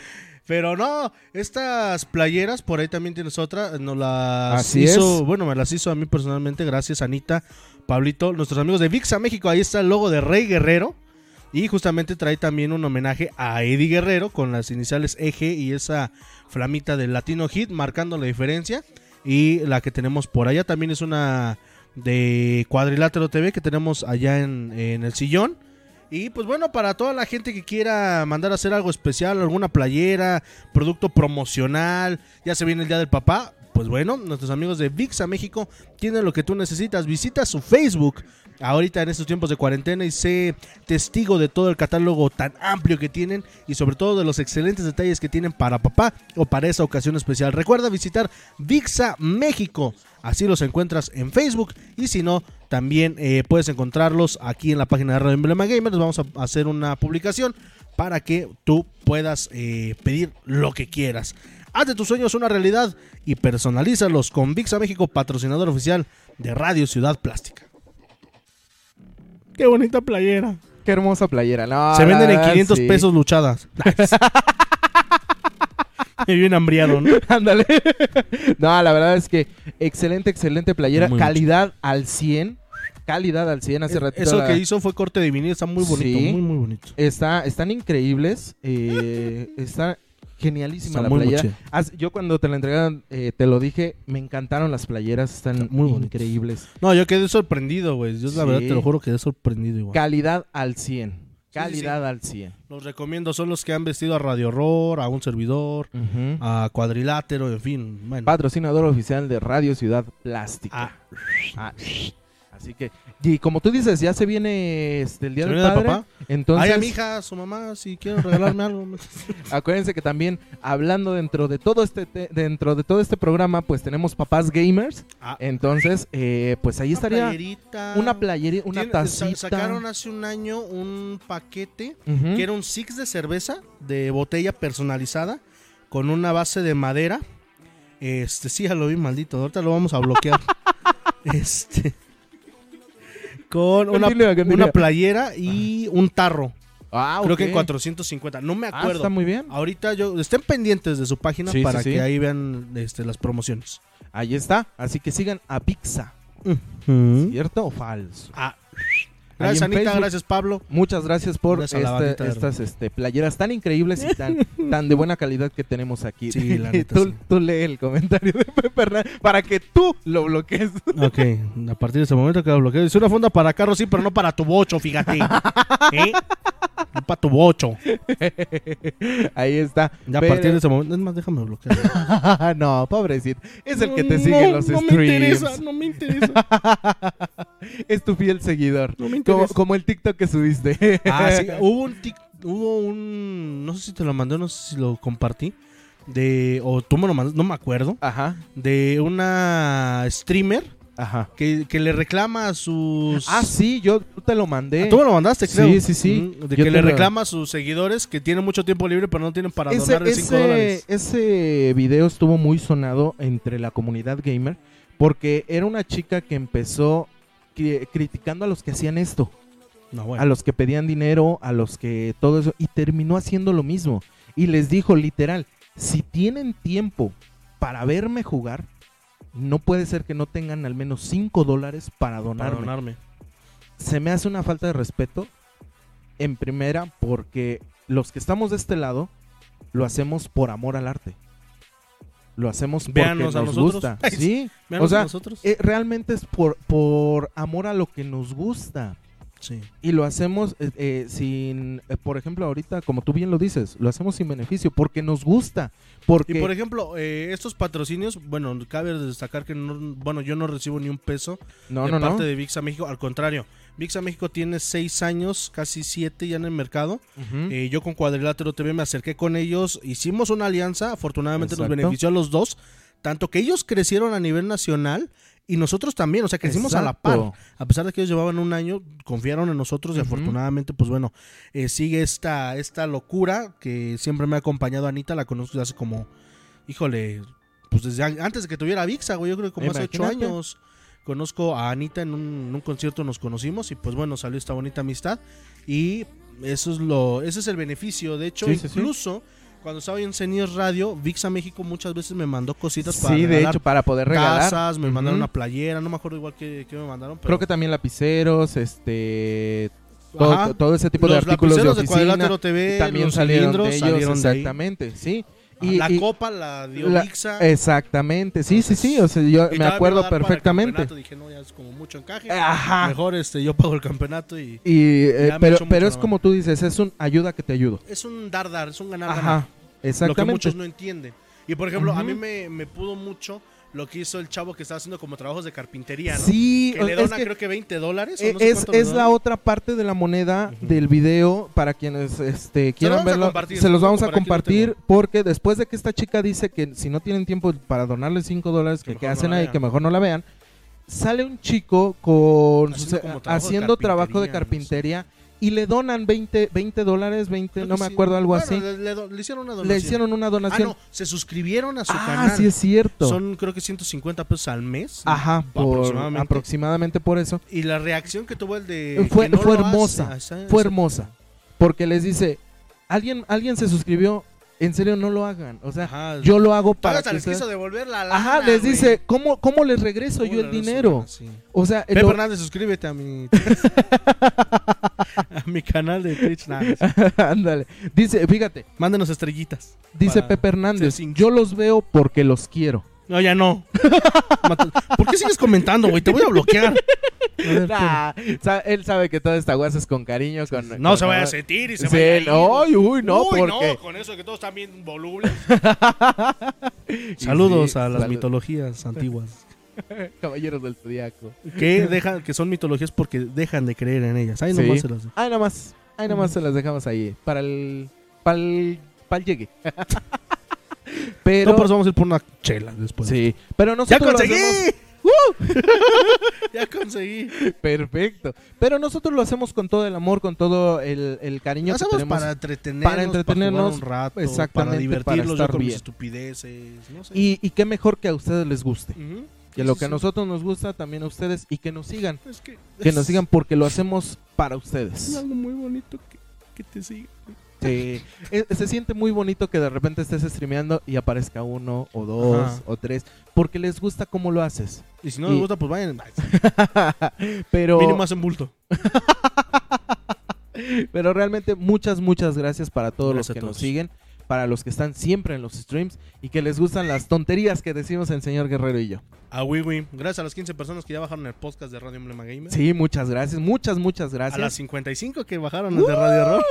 E: Pero no, estas playeras, por ahí también tienes otra, nos las
D: Así
E: hizo,
D: es.
E: bueno, me las hizo a mí personalmente, gracias Anita, Pablito, nuestros amigos de Vixa México, ahí está el logo de Rey Guerrero. Y justamente trae también un homenaje a Eddie Guerrero con las iniciales EG y esa flamita del Latino Hit marcando la diferencia. Y la que tenemos por allá también es una de Cuadrilátero TV que tenemos allá en, en el sillón. Y pues bueno, para toda la gente que quiera mandar a hacer algo especial, alguna playera, producto promocional, ya se viene el Día del Papá, pues bueno, nuestros amigos de VIXA México tienen lo que tú necesitas. Visita su Facebook ahorita en estos tiempos de cuarentena y sé testigo de todo el catálogo tan amplio que tienen y sobre todo de los excelentes detalles que tienen para papá o para esa ocasión especial. Recuerda visitar VIXA México. Así los encuentras en Facebook y si no, también eh, puedes encontrarlos aquí en la página de Radio Emblema Gamers. Vamos a hacer una publicación para que tú puedas eh, pedir lo que quieras. Haz de tus sueños una realidad y personalízalos con VIXA México, patrocinador oficial de Radio Ciudad Plástica. Qué bonita playera.
D: Qué hermosa playera. No,
E: Se
D: la
E: venden en
D: verdad,
E: 500
D: sí.
E: pesos luchadas. Me bien hambriado, ¿no?
D: Ándale. no, la verdad es que excelente, excelente playera.
E: Muy
D: calidad al 100. Calidad al 100. Hace ratito.
E: Eso
D: la-
E: que hizo fue corte de vinil, está muy bonito,
D: Sí.
E: muy, muy bonito.
D: Está, están increíbles. eh, está genialísima
E: Está
D: la
E: muy
D: playera.
E: moche.
D: Haz- yo cuando te la entregaron, eh, te lo dije, me encantaron las playeras. Están
E: Están muy bonitas.
D: increíbles.
E: No, yo quedé sorprendido, güey. Yo la
D: Sí.
E: verdad te lo juro quedé sorprendido igual.
D: Calidad al 100.
E: sí,
D: Calidad al 100.
E: Los recomiendo, son los que han vestido a Radio Horror, a un servidor,
D: Ujú.
E: a Cuadrilátero, en fin. Bueno.
D: Ah, Patrocinador oficial de Radio Ciudad Plástica.
E: Ah,
D: Ah, Así que, y como tú dices, ya se viene este, el Día
E: ¿Se
D: del
E: viene el
D: Padre.
E: papá?
D: Entonces,
E: ay, a mi hija, a su mamá, si quieren regalarme algo.
D: Acuérdense que también hablando dentro de todo este te- dentro de todo este programa, pues tenemos papás gamers.
E: Ah.
D: Entonces, eh, pues ahí estaría
E: playerita.
D: una playera, una
E: Tiene- sa-
D: tacita.
E: Sacaron hace un año un paquete
D: Ujú.
E: que era un six de cerveza de botella personalizada con una base de madera. Este, sí, ya lo vi, maldito. Ahorita lo vamos a bloquear. este. Con una,
D: Continúa, continúa.
E: una playera y un tarro.
D: Ah,
E: Creo
D: ok.
E: que en 450. No me
D: Ah,
E: acuerdo.
D: está muy bien.
E: Ahorita yo. Estén pendientes de su página
D: Sí,
E: para
D: sí, sí.
E: que ahí vean este, las promociones.
D: Ahí está. Así que sigan a Pixa, ¿cierto o falso?
E: Ah.
D: Ahí
E: Gracias,
D: en
E: Anita.
D: Facebook.
E: Gracias, Pablo.
D: Muchas gracias por
E: Gracias a la
D: este-
E: bandita de
D: estas este, playeras tan increíbles y tan, tan de buena calidad que tenemos aquí.
E: Sí, la neta,
D: tú,
E: sí.
D: tú lee el comentario de Pepe Hernández para que tú lo bloquees.
E: Ok, a este partir de ese momento queda bloqueado. Dice una funda para carro, sí, pero no para tu bocho, fíjate. ¿Eh? Para tu bocho.
D: Ahí está.
E: Ya
D: Pero-
E: a partir de ese momento. Es más, déjame bloquear.
D: no, pobrecito. Es el que te sigue en los
E: no
D: streams.
E: Me interesa, no me interesa.
D: es tu fiel seguidor.
E: No me
D: Como,
E: interesa.
D: como el TikTok que subiste.
E: Ah, sí, hubo un tic- hubo un no sé si te lo mandé, no sé si lo compartí de o tú me lo mandaste, no me acuerdo,
D: Ajá,
E: de una streamer
D: ajá.
E: que, que le reclama a sus
D: Ah, sí, yo te lo mandé.
E: Ah, Tú me lo mandaste,
D: Sí,
E: creo.
D: sí, sí.
E: Ujú, De
D: Yo te
E: que le
D: lo-
E: reclama a sus seguidores que tienen mucho tiempo libre, pero no tienen para
D: ese,
E: donarle 5 dólares.
D: ese, ese video estuvo muy sonado entre la comunidad gamer porque era una chica que empezó cri- criticando a los que hacían esto.
E: No,
D: a
E: bueno.
D: los que pedían dinero, a los que todo eso, y terminó haciendo lo mismo. Y les dijo literal, si tienen tiempo para verme jugar, no puede ser que no tengan al menos 5 dólares para
E: Para
D: donarme.
E: donarme.
D: Se me hace una falta de respeto, en primera, porque los que estamos de este lado, lo hacemos por amor al arte. Lo hacemos porque
E: Véanos a
D: nos
E: nosotros.
D: gusta.
E: Ay,
D: Sí,
E: Vean
D: o sea,
E: nosotros.
D: eh, realmente es por, por amor a lo que nos gusta.
E: sí.
D: Y lo hacemos eh, eh, sin, eh, por ejemplo, ahorita, como tú bien lo dices, lo hacemos sin beneficio porque nos gusta. Porque,
E: Y por ejemplo, eh, estos patrocinios, bueno, cabe destacar que no, bueno, yo no recibo ni un peso
D: no,
E: de
D: no, no.
E: parte de VIXA México. Al contrario, VIXA México tiene seis años, casi siete ya en el mercado.
D: Ujú.
E: Eh, yo con Cuadrilátero TV me acerqué con ellos, hicimos una alianza, afortunadamente
D: Exacto.
E: nos benefició a los dos, tanto que ellos crecieron a nivel nacional y nosotros también, o sea, crecimos a la
D: Exacto.
E: par. A pesar de que ellos llevaban un año, confiaron en nosotros y
D: Ujú.
E: afortunadamente, pues bueno, eh, sigue esta, esta locura que siempre me ha acompañado Anita, la conozco desde hace como, híjole, pues desde an- antes de que tuviera VIXA, güey, yo creo que como hace ocho
D: Imagínate.
E: años. Conozco a Anita en un, en un concierto, nos conocimos y pues bueno, salió esta bonita amistad. Y eso es lo, ese es el beneficio. De hecho,
D: Sí, sí, sí.
E: incluso cuando estaba yo en Seniors Radio, VIXA México muchas veces me mandó cositas para
D: Sí, de
E: regalar
D: hecho, para poder regalar.
E: casas, me mandaron
D: Ujú.
E: una playera, no me acuerdo igual que, me mandaron, pero
D: Creo que también lapiceros, este. Todo,
E: Ajá.
D: todo ese tipo de
E: Los
D: artículos de
E: lapiceros de
D: oficina.
E: Cuadrilátero TV,
D: también
E: los
D: salieron de
E: cilindros
D: ellos,
E: salieron de ahí. Ah,
D: exactamente, sí.
E: la
D: y-
E: copa la dio
D: la-
E: VIXA.
D: Exactamente, sí, sí, sí. O sea, yo
E: y
D: me
E: todavía iba a
D: acuerdo
E: dar para el
D: perfectamente.
E: campeonato, Dije, no, ya es como mucho encaje.
D: Ajá.
E: Mejor este, yo pago el campeonato y
D: Y, eh,
E: Ya me
D: pero
E: echó mucho
D: pero
E: la
D: es
E: mano.
D: como tú dices, es un ayuda que te ayudo.
E: es un dar-dar, es un ganar-ganar.
D: Ajá,
E: Lo que
D: exactamente.
E: muchos no entienden. Y por ejemplo, a mí
D: Ujú.
E: me, me pudo mucho lo que hizo el chavo que estaba haciendo como trabajos de carpintería, ¿no?
D: Sí,
E: que le
D: es
E: dona
D: que-
E: creo que 20 dólares. o
D: Eh,
E: no sé
D: es,
E: cuánto le
D: es la
E: dona.
D: otra parte de la moneda del video para quienes este, quieran
E: vamos a
D: verlo.
E: compartir,
D: Se los vamos a
E: para quien lo
D: compartir
E: tenga.
D: porque después de que esta chica dice que si no tienen tiempo para donarle 5 dólares, que,
E: Que
D: que
E: mejor no
D: hacen
E: la
D: ahí,
E: vean.
D: que mejor no la vean, sale un chico con
E: Haciendo
D: su-
E: como trabajo de
D: haciendo trabajo de
E: carpintería,
D: carpintería y le donan 20, 20 dólares, 20,
E: Creo
D: no
E: que
D: me
E: sí.
D: acuerdo, algo
E: Bueno,
D: así.
E: Le, le do- le hicieron una donación.
D: Le hicieron una
E: Ah,
D: donación.
E: no, se suscribieron a su
D: Ah,
E: canal.
D: sí es cierto. Ah.
E: Son creo que 150 pesos al mes.
D: Ajá, por- aproximadamente.
E: aproximadamente.
D: por eso.
E: Y la reacción que tuvo el de...
D: Fue-
E: que no
D: fue
E: lo hace,
D: hermosa,
E: ah, esa-
D: Fue
E: esa-
D: hermosa. Porque les dice, alguien, alguien se suscribió, en serio no lo hagan. O sea,
E: Ajá.
D: yo lo hago
E: Todavía
D: para
E: hasta
D: que
E: les
D: ustedes-
E: quiso devolver la lana,
D: Ajá, les
E: güey.
D: dice, ¿cómo, cómo les regreso
E: ¿Cómo
D: yo
E: le
D: el
E: regreso
D: dinero?
E: lana? Sí.
D: O sea,
E: Pepe
D: lo-
E: Hernández, suscríbete a mi... a mi canal de Twitch. nada, no sé.
D: ándale. Dice, fíjate,
E: Mándenos estrellitas.
D: dice
E: Para-
D: Pepe Hernández,
E: ser cinco.
D: yo los veo porque los quiero.
E: No, ya no. Mata- ¿Por qué sigues comentando, güey? Te voy a bloquear.
D: Nah, Ah, sa- él sabe que toda esta guasa es con cariño, con...
E: No
D: con
E: se vaya a
D: amor.
E: sentir y se
D: Sí,
E: vaya a ir.
D: ay, uy, no,
E: Uy,
D: porque...
E: no, con eso de que todos están bien volubles.
D: Y
E: Saludos
D: sí,
E: a las
D: salud-
E: mitologías antiguas.
D: Caballeros del Zodíaco.
E: Que dejan, que son mitologías porque dejan de creer en ellas. Ahí
D: Sí.
E: nomás se las dejo.
D: Ahí nomás, ahí nomás se las dejamos ahí. Para el. Para el. Para el llegue. pero.
E: No, por eso vamos a ir por una chela después.
D: sí, pero
E: ¡Ya
D: nosotros. lo
E: conseguí!
D: hacemos- ¡Uh!
E: ¡Ya conseguí!
D: perfecto. Pero nosotros lo hacemos con todo el amor, con todo el, el
E: Lo
D: cariño que
E: hacemos
D: tenemos.
E: para entretenernos, para,
D: entretenernos,
E: jugar un rato,
D: exactamente, para
E: para divertirlos
D: estar
E: yo con mis
D: bien.
E: estupideces, no sé.
D: Y, y qué mejor que a ustedes les guste.
E: Ujú.
D: Que lo
E: Sí,
D: que a
E: sí.
D: nosotros nos gusta también a ustedes y que nos sigan.
E: Es que,
D: Que
E: es-
D: nos sigan porque lo hacemos para
E: Es
D: ustedes.
E: algo muy bonito que, que te siga.
D: Sí. Eh, Se siente muy bonito que de repente estés streameando y aparezca uno o dos
E: Ajá.
D: o tres. Porque les gusta cómo lo haces.
E: Y si no
D: Y-
E: les gusta, pues vayan.
D: Pero,
E: Mínimo hacen bulto.
D: pero realmente muchas, muchas gracias para todos
E: Gracias
D: los
E: a
D: que nos
E: todos.
D: siguen. para los que están siempre en los streams y que les gustan las tonterías que decimos el señor Guerrero y yo.
E: A Wiwi. Gracias a las 15 personas que ya bajaron el podcast de Radio Emblema Gamer.
D: Sí, muchas gracias, muchas, muchas
E: A las
D: gracias.
E: 55 que bajaron el de Radio Error.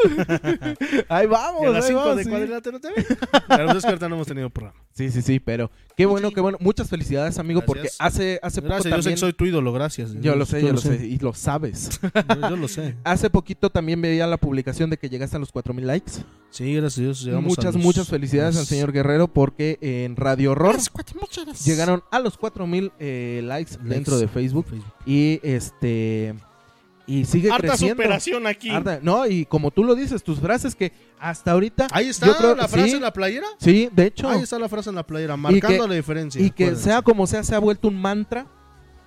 D: Ahí
E: Y
D: vamos,
E: a las
D: ahí
E: 5
D: vamos,
E: de
D: sí.
E: Cuadrilátero TV. Pero pues es que ahorita no hemos tenido programa.
D: Sí, sí, sí, pero qué bueno, qué bueno. Muchas felicidades, amigo, porque
E: Gracias.
D: hace, hace poco
E: Gracias, yo sé
D: también...
E: que soy tu ídolo, gracias.
D: Yo lo sé,
E: Tú
D: yo lo sé, y lo sabes.
E: Yo, yo lo sé.
D: Hace poquito también veía la publicación de que llegaste a los 4000 likes.
E: Sí, gracias a Dios. llegamos a
D: muchas,
E: los-
D: muchas felicidades al
E: los-
D: señor Guerrero porque en Radio Horror llegaron a los 4000 eh, likes
E: Likes.
D: dentro de Facebook
E: Facebook.
D: y este y sigue
E: Harta
D: creciendo.
E: superación aquí.
D: Harta- no, y como tú lo dices, tus frases que hasta ahorita
E: Ahí está
D: yo creo-
E: la frase
D: sí,
E: en la playera.
D: Sí, de hecho,
E: Ahí está la frase en la playera, marcando
D: que-
E: la diferencia.
D: y que
E: acuérdense.
D: sea como sea se ha vuelto un mantra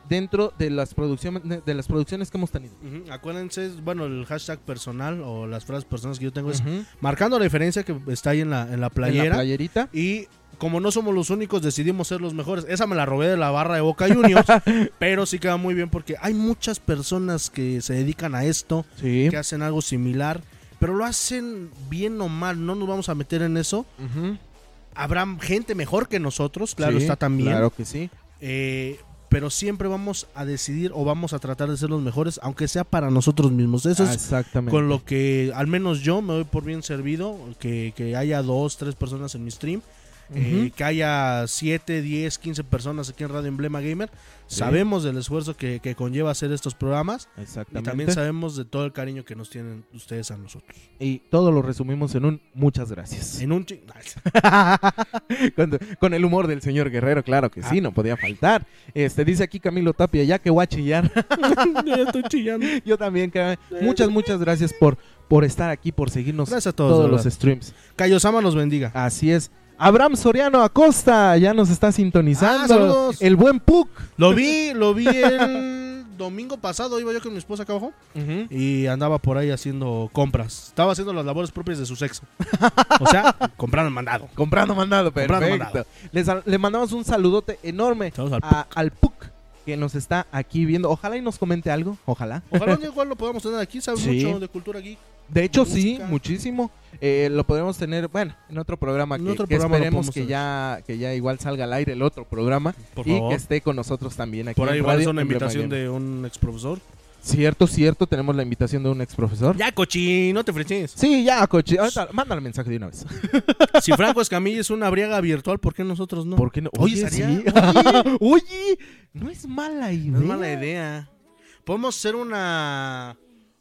D: dentro de las producciones de las producciones que hemos tenido.
E: Ujú, Acuérdense, bueno, el hashtag personal o las frases personales que yo tengo es
D: Ujú.
E: marcando la diferencia que está ahí en la, en la playera.
D: En la playerita.
E: Y como no somos los únicos, decidimos ser los mejores. Esa me la robé de la barra de Boca Juniors, pero sí queda muy bien porque hay muchas personas que se dedican a esto,
D: Sí.
E: que hacen algo similar, pero lo hacen bien o mal. No nos vamos a meter en eso.
D: Ujú.
E: Habrá gente mejor que nosotros, claro,
D: Sí,
E: está también.
D: Claro que sí.
E: Eh, pero siempre vamos a decidir o vamos a tratar de ser los mejores, aunque sea para nosotros mismos. Eso
D: Ah,
E: es
D: Exactamente.
E: con lo que al menos yo me doy por bien servido, que, que haya dos, tres personas en mi stream, eh,
D: Ujú.
E: que haya siete, diez, quince personas aquí en Radio Emblema Gamer. Sabemos del esfuerzo que, que conlleva hacer estos programas y
D: Exactamente.
E: también sabemos de todo el cariño que nos tienen ustedes a nosotros.
D: Y todo lo resumimos en un muchas gracias.
E: En un chi-
D: con, con el humor del señor Guerrero, claro que
E: Ah.
D: sí, no podía faltar. Este dice aquí Camilo Tapia, ya que voy a chillar.
E: Ya estoy chillando.
D: Yo también, cabrón. muchas, muchas gracias por, por estar aquí, por seguirnos
E: Gracias a todos,
D: todos
E: de
D: los
E: verdad.
D: streams.
E: Cayosama los bendiga.
D: Así es. Abraham Soriano Acosta ya nos está sintonizando.
E: Ah, saludos.
D: El buen Puck.
E: Lo vi, lo vi el domingo pasado, iba yo con mi esposa acá abajo. y andaba por ahí haciendo compras. Estaba haciendo las labores propias de su sexo. O sea, compraron mandado.
D: Comprando mandado,
E: Comprando
D: perfecto.
E: mandado.
D: Les- Le mandamos un saludote enorme
E: Saludos al
D: a- al Puck que nos está aquí viendo. Ojalá y nos comente algo. Ojalá.
E: Ojalá un día igual lo podamos tener aquí, sabe
D: Sí.
E: mucho de cultura aquí.
D: De hecho,
E: de
D: sí,
E: música.
D: muchísimo. Eh, lo podremos tener, bueno, en otro programa
E: En
D: que,
E: otro
D: que
E: programa lo
D: esperemos
E: podemos
D: que
E: tener.
D: ya, que ya igual salga al aire el otro programa
E: Por
D: y
E: favor.
D: que esté con nosotros también aquí.
E: Por ahí
D: en
E: igual es
D: Radio
E: una
D: Emblema
E: invitación
D: Gamer.
E: de un ex profesor.
D: Cierto, cierto, tenemos la invitación de un ex profesor.
E: Ya, cochi, no te freches.
D: Sí, ya, coche. Ahorita, mándale mensaje de una vez.
E: Si Franco Escamilla es una briaga virtual, ¿por qué nosotros no?
D: ¿Por qué no?
E: Oye,
D: sí.
E: estaría-
D: Oye, oye, no es mala idea.
E: No es mala idea. Podemos hacer una,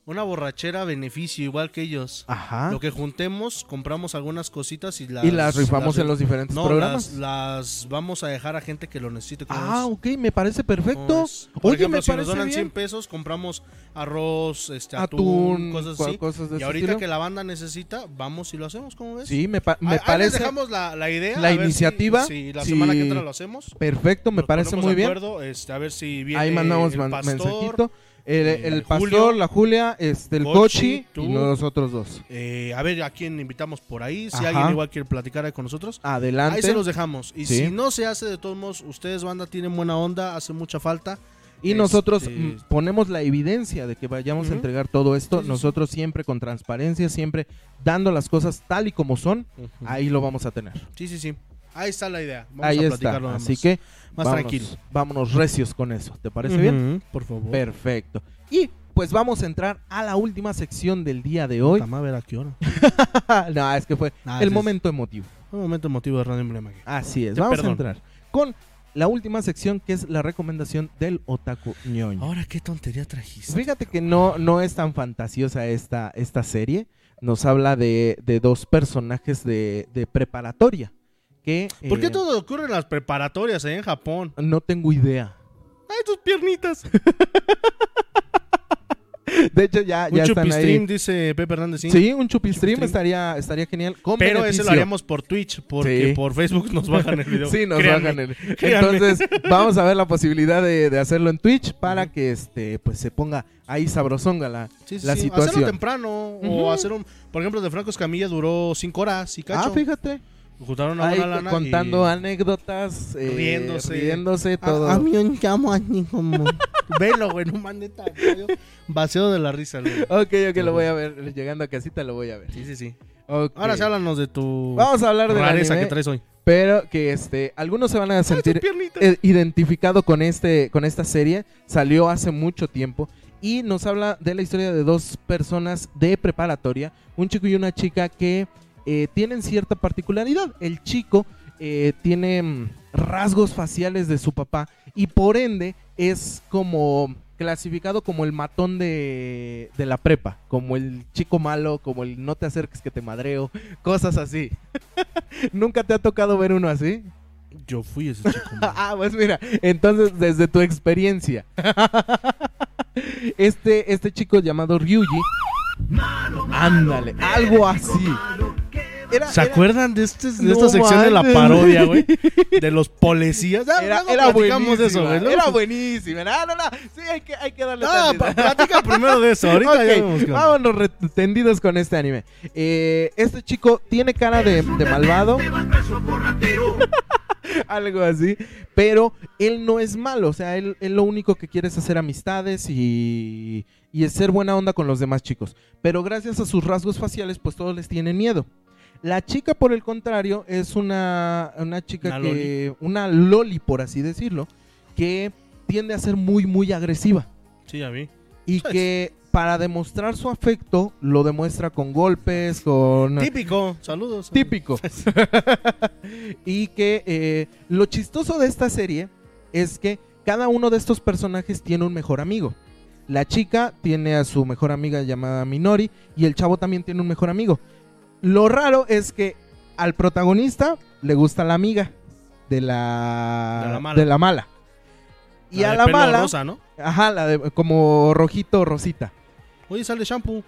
E: una borrachera a beneficio, igual que ellos.
D: Ajá.
E: Lo que juntemos, compramos algunas cositas y las,
D: y las rifamos
E: las-
D: en los diferentes
E: no,
D: programas.
E: Las, las vamos a dejar a gente que lo necesite. ¿cómo
D: Ah,
E: ves?
D: ok, me parece perfecto.
E: Pues, Por
D: Oye,
E: ejemplo,
D: me
E: si nos
D: parece
E: donan 100
D: bien.
E: pesos, compramos arroz, este, atún,
D: Atún,
E: cosas
D: cua-
E: así.
D: cosas de
E: y
D: ese
E: ahorita
D: estilo.
E: que la banda necesita, vamos y lo hacemos, ¿cómo ves?
D: Sí, me, pa- me
E: Ahí- ahí les
D: parece.
E: dejamos la, la idea.
D: la
E: a ver si-
D: iniciativa,
E: Si, la
D: si-
E: semana que entra lo hacemos.
D: Perfecto, me
E: Nos
D: parece
E: ponemos
D: muy
E: de
D: bien.
E: acuerdo, este, a ver si viene
D: Ahí mandamos
E: el
D: man-
E: pastor,
D: mensajito. El,
E: eh,
D: el
E: el
D: pastor,
E: Julio,
D: la Julia, este, el
E: Cochi,
D: Cochi
E: tú.
D: y nosotros dos.
E: eh, a ver a quién invitamos por ahí. Si
D: Ajá.
E: alguien igual quiere platicar ahí con nosotros.
D: Adelante.
E: Ahí se los dejamos. Y
D: Sí.
E: si no se hace, de todos modos, ustedes, banda, tienen buena onda, hace mucha falta.
D: y nosotros
E: Este,
D: mm, ponemos la evidencia de que vayamos
E: Ujú.
D: a entregar todo esto.
E: Sí, sí, sí.
D: nosotros siempre con transparencia, siempre dando las cosas tal y como son. Ahí lo vamos a tener.
E: Sí, sí, sí. Ahí está la idea. Vamos
D: Ahí
E: a
D: está.
E: platicarlo nada
D: Así
E: más.
D: que
E: Más
D: vámonos-
E: tranquilo.
D: Vámonos recios con eso. ¿Te parece bien?
E: Por favor.
D: Perfecto. Y pues vamos a entrar a la última sección del día de hoy.
E: Jamás ver a qué hora.
D: no, es que fue
E: Ah,
D: el
E: sí,
D: momento emotivo.
E: Un momento emotivo de Radio Emblema. Gamer.
D: Así es.
E: Te
D: Vamos
E: perdono.
D: a entrar con la última sección que es la recomendación del otaku ñoño.
E: Ahora, qué tontería trajiste.
D: Fíjate que no, no es tan fantasiosa esta, esta serie. Nos habla de, de dos personajes de, de preparatoria. Que,
E: ¿Por qué
D: eh,
E: todo ocurre en las preparatorias eh, en Japón?
D: No tengo idea.
E: ¡Ay, tus piernitas!
D: De hecho, ya,
E: Un
D: ya están
E: chupistream,
D: ahí.
E: dice Pepe Hernández. Sí.
D: Sí, un chupistream
E: Chupistream.
D: estaría, estaría genial. con
E: Pero ese lo
D: beneficio.
E: haríamos por Twitch, porque
D: Sí.
E: por Facebook nos bajan el video.
D: Sí, nos
E: Créanme.
D: bajan el-
E: créanme.
D: Entonces, vamos a ver la posibilidad de, de hacerlo en Twitch para que este pues se ponga ahí sabrosonga la,
E: Sí, sí,
D: la
E: sí. Hacerlo
D: situación.
E: temprano,
D: Ujú.
E: o hacer un... Por ejemplo, el de Franco Escamilla duró 5 horas y cacho.
D: Ah, fíjate.
E: Juntaron a
D: Ahí
E: una lana
D: contando
E: y-
D: anécdotas, eh,
E: Riéndose.
D: riéndose,
E: A-
D: todo.
E: Ah, A, mí un llamo así como. Velo, güey, no mande tanto. yo Vacío de la risa, güey.
D: Ok, ok, lo voy a ver. Llegando a casita lo voy a ver.
E: Sí, sí, sí.
D: Ok.
E: Ahora sí, háblanos de tu.
D: Eh, Vamos a hablar de la
E: rareza que traes hoy.
D: Pero que este, algunos se van a sentir eh, identificado con este, con esta serie. Salió hace mucho tiempo. Y nos habla de la historia de dos personas de preparatoria, un chico y una chica que eh, tienen cierta particularidad. El chico eh, tiene mm, rasgos faciales de su papá y por ende es como clasificado como el matón de, de la prepa, como el chico malo, como el no te acerques que te madreo, cosas así. ¿Nunca te ha tocado ver uno así?
E: Yo fui ese chico. güey.
D: Ah, pues mira, entonces desde tu experiencia. Este, este chico llamado Ryuji. Ándale, algo así. Era,
E: ¿Se
D: era-
E: acuerdan de, este, de
D: No
E: esta sección de la
D: manches.
E: parodia, güey? De los policías. Ah,
D: Era,
E: luego
D: era
E: platicamos de
D: buenísima.
E: eso, güey. Luego-
D: Era buenísima. No, no, no. Sí, hay que, hay que darle
E: No,
D: tantito.
E: pa- platica primero de eso. Ahorita ya vemos
D: Ok,
E: qué onda.
D: vámonos retendidos con este anime. Eh, este chico tiene cara de, de malvado. Algo así. Pero él no es malo. O sea, él, él lo único que quiere es hacer amistades y, y es ser buena onda con los demás chicos. Pero gracias a sus rasgos faciales, pues todos les tienen miedo. La chica, por el contrario, es una, una chica
E: Una
D: que. Una loli, por así decirlo. Que tiende a ser muy, muy agresiva
E: Sí, ya vi.
D: y
E: Pues.
D: que para demostrar su afecto lo demuestra con golpes, con
E: Típico. Saludos.
D: típico. y que eh, lo chistoso de esta serie es que cada uno de estos personajes tiene un mejor amigo. La chica tiene a su mejor amiga llamada Minori y el chavo también tiene un mejor amigo. Lo raro es que al protagonista le gusta la amiga de la
E: De la mala.
D: de mala. Y
E: La
D: a
E: de
D: la
E: pelo
D: mala,
E: rosa, ¿no?
D: ajá, la de, como rojito o rosita.
E: Oye, sale shampoo.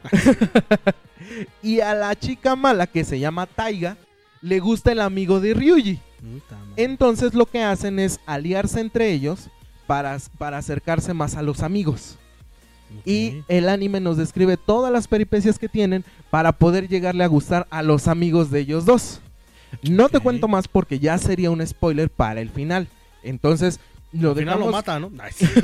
D: Y a la chica mala, que se llama Taiga, le gusta el amigo de Ryuji. Entonces lo que hacen es aliarse entre ellos para, para acercarse más a los amigos. Y el anime nos describe todas las peripecias que tienen para poder llegarle a gustar a los amigos de ellos dos. No te
E: Ok.
D: cuento más porque ya sería un spoiler para el final. Entonces, lo
E: Al final lo
D: dejamos
E: mata, ¿no?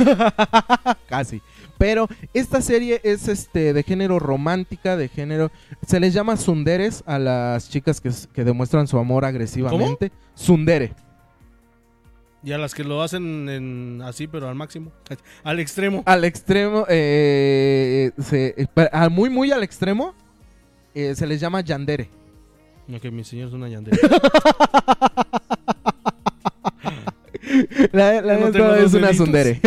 D: casi. Pero esta serie es este de género romántica, de género. Se les llama sunderes a las chicas que, s- que demuestran su amor agresivamente. Sundere.
E: Y a las que lo hacen en- así, pero al máximo. Al extremo.
D: Al extremo, eh, se- eh, pa- a muy, muy al extremo, eh, se les llama yandere.
E: Ok, mi señor es una yandera.
D: La, la
E: Yo no
D: neta
E: tengo
D: es
E: dos
D: una
E: deditos.
D: sundere.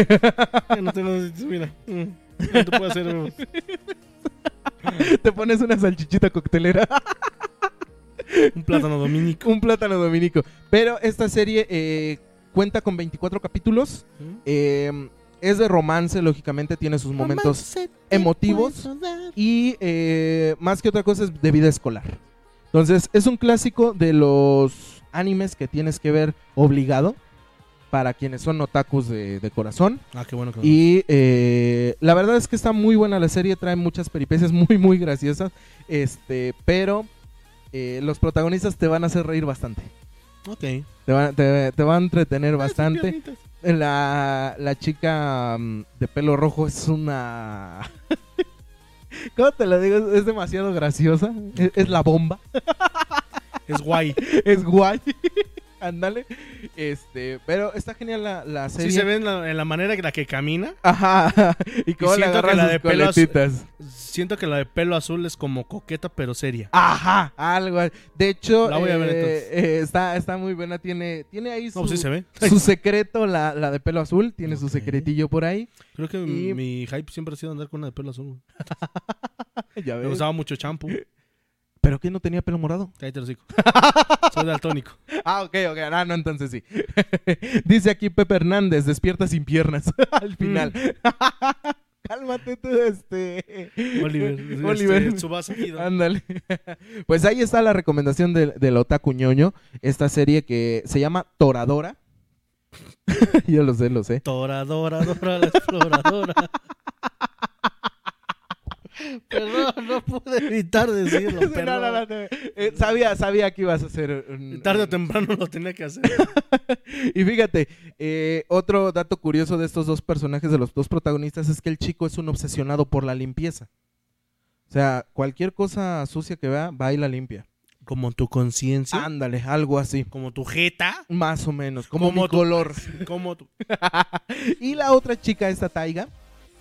E: no te lo mira. Mm. No te puedo hacer. mm.
D: Te pones una salchichita coctelera.
E: Un plátano dominico.
D: Un plátano dominico. Pero esta serie eh, cuenta con 24 capítulos. Eh, es de romance, lógicamente, tiene sus momentos emotivos y eh, más que otra cosa es de vida escolar. Entonces, es un clásico de los animes que tienes que ver obligado para quienes son otakus de, de corazón.
E: Ah, qué bueno que no.
D: Y eh, la verdad es que está muy buena la serie, trae muchas peripecias muy, muy graciosas. Este, pero eh, los protagonistas te van a hacer reír bastante.
E: Ok.
D: Te van, te- te van a entretener
E: Ah,
D: bastante.
E: sí, piernitas.
D: La, la chica mm, de pelo rojo es una... ¿Cómo te lo digo? Es demasiado graciosa. Es, es la bomba.
E: Es guay.
D: Es guay. Ándale. Este, pero está genial la, la
E: Sí
D: serie.
E: se ve en la, en la manera en la que camina.
D: Ajá. Y cómo le
E: siento que
D: agarra
E: la
D: sus
E: de pelo azul-
D: coletitas.
E: Siento que la de pelo azul es como coqueta, pero seria.
D: Ajá. Algo. así. De hecho,
E: La voy a ver
D: eh,
E: entonces.
D: eh, está, está muy buena. Tiene, tiene ahí su,
E: No, pues sí se ve.
D: su secreto, la, la de pelo azul. Tiene su
E: Ok.
D: secretillo por ahí.
E: Creo que
D: Y-
E: mi hype siempre ha sido andar con una de pelo azul. güey.
D: Ya
E: Me
D: ves.
E: gustaba mucho champú.
D: ¿Pero qué no tenía pelo morado?
E: Cállate, hocico. Soy daltónico.
D: Ah, ok, ok. Ah, no, entonces sí. Dice aquí Pepe Hernández, despierta sin piernas al final. Cálmate tú, este...
E: Oliver.
D: Oliver.
E: Este, Tsubasa Hidra.
D: Ándale. pues ahí está la recomendación del, del Otaku ñoño. Esta serie que se llama Toradora. Yo lo sé, lo sé.
E: Toradora, dora, la exploradora. Perdón, no pude evitar decirlo.
D: No,
E: perdón.
D: no, no, no. Eh, sabía, sabía que ibas a hacer un-
E: Tarde o temprano lo tenía que hacer.
D: Y fíjate, eh, otro dato curioso de estos dos personajes, de los dos protagonistas, es que el chico es un obsesionado por la limpieza. O sea, cualquier cosa sucia que vea, va y la limpia.
E: Como tu conciencia.
D: Ándale, algo así.
E: Como tu jeta.
D: Más o menos, como,
E: Como
D: mi
E: tu-
D: color.
E: Como tu...
D: Y la otra chica, esta taiga,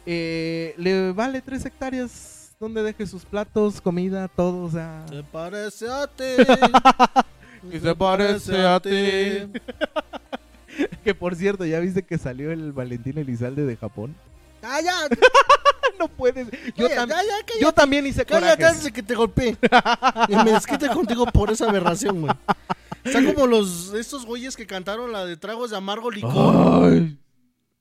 D: eh, le vale tres hectáreas donde deje sus platos, comida, todo, o sea...
E: Se parece a ti.
D: Y se parece a ti. Que por cierto, ¿ya viste que salió el Valentín Elizalde de Japón?
E: Cállate,
D: No puedes. Yo,
E: cállate,
D: tam-
E: cállate,
D: yo también hice
E: Cállate
D: corajes.
E: antes de que te golpeé. Y me desquite contigo por esa aberración, güey. Están como los estos güeyes que cantaron la de tragos de amargo licor.
D: Ah. Ay.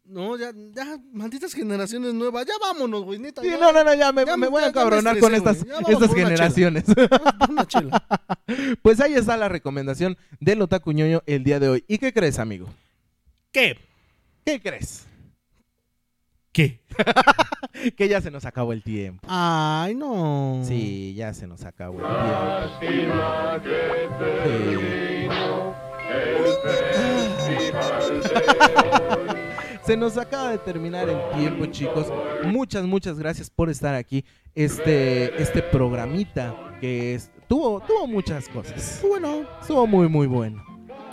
E: No, ya, ya, malditas generaciones nuevas. Ya vámonos, güey, neta.
D: Sí,
E: ya.
D: no, no, no, ya me, me
E: Ya me-
D: voy a
E: ya- ya me
D: encabronar con
E: estresé,
D: estas,
E: güey. Ya vamos
D: estas
E: por una
D: generaciones.
E: Una chela.
D: pues ahí está la recomendación del Otaku Ñoño el día de hoy. ¿Y qué crees, amigo?
E: ¿Qué?
D: ¿Qué crees?
E: ¿Qué?
D: Que ya se nos acabó el tiempo.
E: Ay, no.
D: Sí, ya se nos acabó el tiempo. Sí. Se nos acaba de terminar el tiempo, chicos. Muchas, muchas gracias por estar aquí. Este, este programita que es- tuvo, tuvo muchas cosas.
E: Bueno.
D: Estuvo muy, muy bueno.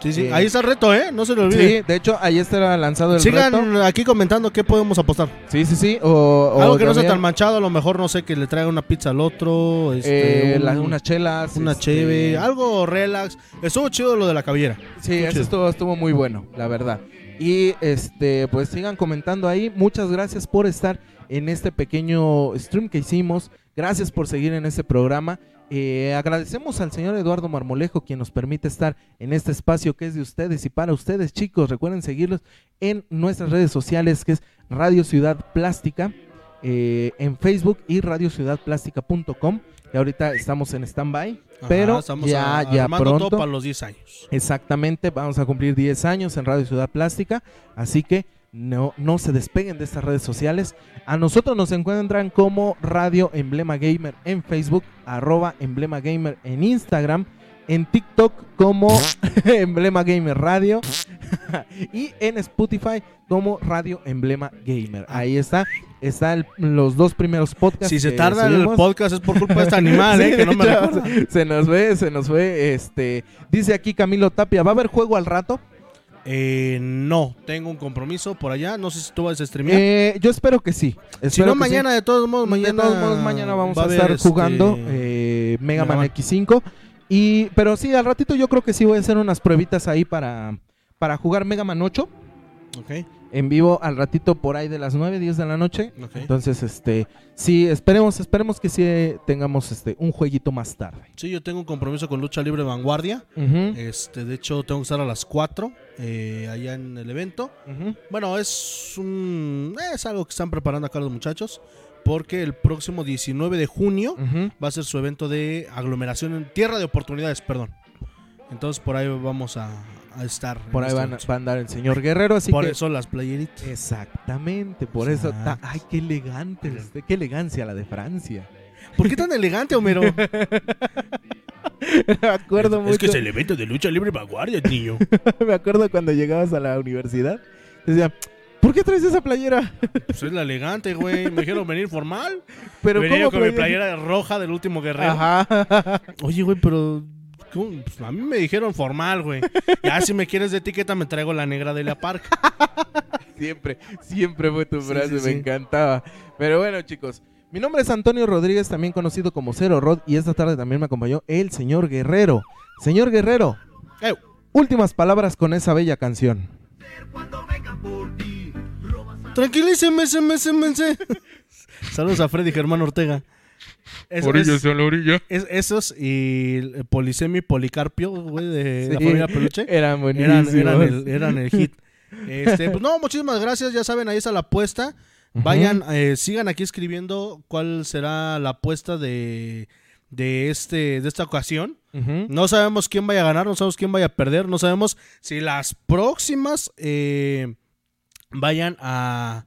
E: Sí, sí.
D: Sí.
E: Ahí está el reto, ¿eh? No se lo olvide.
D: Sí, de hecho, ahí estará lanzado el
E: Sigan
D: reto.
E: aquí comentando qué podemos apostar.
D: Sí, sí, sí. O, o
E: Algo que no sea
D: también,
E: tan manchado, a lo mejor, no sé, que le traiga una pizza al otro. Este,
D: eh, la-
E: un-
D: unas chelas.
E: Una
D: este,
E: cheve, algo relax. Estuvo chido lo de la cabellera.
D: Sí,
E: Qué
D: eso
E: chido.
D: estuvo, estuvo muy bueno, la verdad. Y este, pues sigan comentando ahí. Muchas gracias por estar en este pequeño stream que hicimos. Gracias por seguir en este programa. Eh, agradecemos al señor Eduardo Marmolejo quien nos permite estar en este espacio que es de ustedes y para ustedes, chicos. Recuerden seguirlos en nuestras redes sociales que es Radio Ciudad Plástica eh, en Facebook y radiociudadplástica.com. Y ahorita estamos en stand-by,
E: Ajá,
D: pero
E: estamos
D: ya,
E: a-
D: ya
E: armando
D: pronto.
E: todo para los 10 años.
D: Exactamente, vamos a cumplir 10 años en Radio Ciudad Plástica, así que no, no se despeguen de estas redes sociales. A nosotros nos encuentran como Radio Emblema Gamer en Facebook, arroba Emblema Gamer en Instagram, en TikTok como Emblema Gamer Radio y en Spotify como Radio Emblema Gamer. Ahí está, están los dos primeros podcasts.
E: Si se
D: que
E: tarda el
D: subimos.
E: podcast es por culpa de este animal,
D: Sí,
E: eh, que no me
D: ya,
E: recuerda.
D: se- Se nos ve, se nos ve. Este, dice aquí Camilo Tapia, ¿va a haber juego al rato?
E: Eh, no, tengo un compromiso por allá. No sé si tú vas a streamear.
D: Eh, yo espero que sí.
E: si
D: Espero
E: no,
D: que
E: mañana, de todos
D: sí.
E: modos,
D: De
E: mañana.
D: todos modos, mañana vamos
E: va
D: a
E: haber,
D: estar
E: este,
D: jugando eh, Mega
E: Mega
D: Man
E: Man.
D: X5. Y, pero sí, al ratito yo creo que sí voy a hacer unas pruebitas ahí para, para jugar Mega Man 8
E: ok,
D: en vivo al ratito por ahí de las 9, 10 de la noche.
E: ok.
D: Entonces, este, sí, esperemos, esperemos que sí eh, tengamos este un jueguito más tarde.
E: Sí, yo tengo un compromiso con Lucha Libre Vanguardia.
D: Ujú,
E: Este, de hecho, tengo que estar a las 4 eh, allá en el evento.
D: ujú.
E: Bueno, es un es algo que están preparando acá los muchachos porque el próximo 19 de junio
D: Ujú.
E: va a ser su evento de aglomeración en Tierra de Oportunidades, perdón. Entonces por ahí vamos a, a estar. en
D: Por ahí
E: este
D: van,
E: evento.
D: va a andar el señor Guerrero, así
E: Por
D: que
E: eso las playeritas.
D: Exactamente, por eso. ta-
E: Exacto.
D: ay, qué elegante, este, qué elegancia la de Francia.
E: ¿Por qué tan elegante, Homero?
D: me acuerdo mucho.
E: el evento de lucha libre vanguardia, niño.
D: Me acuerdo cuando llegabas a la universidad. Decía, ¿por qué traes esa playera?
E: Pues es la elegante, güey. Me dijeron venir formal.
D: Pero
E: Venía yo
D: ¿cómo
E: con mi playera roja del último guerrero.
D: Ajá.
E: Oye, güey, pero. ¿cómo? Pues a mí me dijeron formal, güey. Ya si me quieres de etiqueta, me traigo la negra de la parca.
D: Siempre, siempre fue tu
E: Sí,
D: frase,
E: sí,
D: me
E: sí.
D: encantaba. Pero bueno, chicos. Mi nombre es Antonio Rodríguez, también conocido como Cero Rod, y esta tarde también me acompañó el señor Guerrero. Señor Guerrero,
E: Eh.
D: últimas palabras con esa bella canción.
E: Tranquilíceme, se me, se me, se. Saludos a Freddy Germán Ortega. Es- es-
F: a la orilla.
E: es- esos y el Polisemi Policarpio, güey, de la
D: Sí,
E: familia Peluche.
D: Eran
E: Eran,
D: buenísimos.
E: eran el, eran el hit. Este, pues no, muchísimas gracias. Ya saben, ahí está la apuesta. Vayan, eh, sigan aquí escribiendo cuál será la apuesta de, de, este, de esta ocasión.
D: Ujú.
E: No sabemos quién vaya a ganar, no sabemos quién vaya a perder, no sabemos si las próximas eh, vayan a,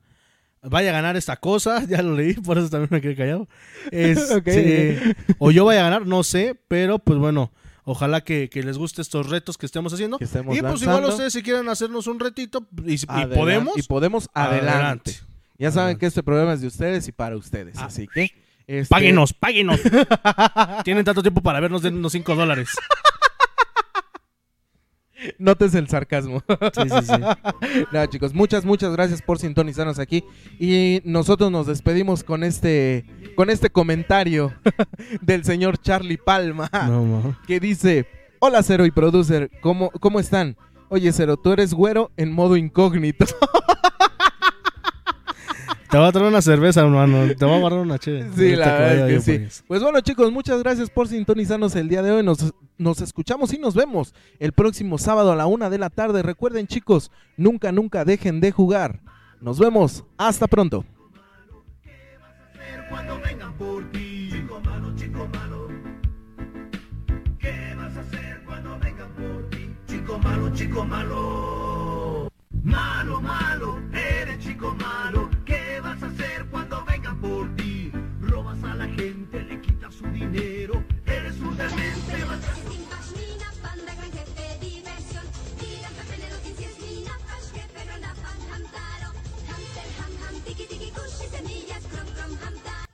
E: vaya a ganar esta cosa, ya lo leí, por eso también me quedé callado. Este,
D: Ok,
E: O yo vaya a ganar, no sé, pero pues bueno, ojalá que, que les guste estos retos que estemos haciendo.
D: Que estemos
E: y pues igual
D: lanzando.
E: ustedes si quieren hacernos un retito y, si- y
D: Adela-
E: podemos,
D: Y podemos adelante. Ya saben que este programa es de ustedes y para ustedes.
E: Ah.
D: Así que. este,
E: Páguenos, páguenos. Tienen tanto tiempo para vernos, denos 5 dólares.
D: Notes el sarcasmo.
E: Sí, sí, sí.
D: Nada, chicos, muchas, muchas gracias por sintonizarnos aquí. Y nosotros nos despedimos con este, con este comentario del señor Charlie Palma,
E: No, ma.
D: que dice: Hola, Cero y Producer, ¿cómo, cómo están? Oye, Cero, tú eres güero en modo incógnito.
E: Te voy a traer una cerveza, hermano. Te voy a guardar una chévere.
D: Sí, la
E: Ahorita
D: verdad
E: vaya
D: es que
E: este yo,
D: sí. Pues bueno, chicos, muchas gracias por sintonizarnos el día de hoy. Nos, nos escuchamos y nos vemos el próximo sábado a la una de la tarde. Recuerden, chicos, nunca, nunca dejen de jugar. Nos vemos. Hasta pronto.
F: cuando vengan por ti. Chico malo, chico malo. ¿Qué vas a hacer cuando vengan por ti? Chico malo, chico malo. Malo, malo, eres chico malo. ¿Qué vas a hacer cuando vengan por ti? Robas a la gente, le quitas su dinero. Eres un demente, vas a-
A: Mina Panda, gran jefe diversión. Tiran papeleros, ciencias, mina, pashke, perro, napan, hamtaro. Hamster, ham, ham, tiki, tiki, kushi, semillas, crom, crom, hamtaro.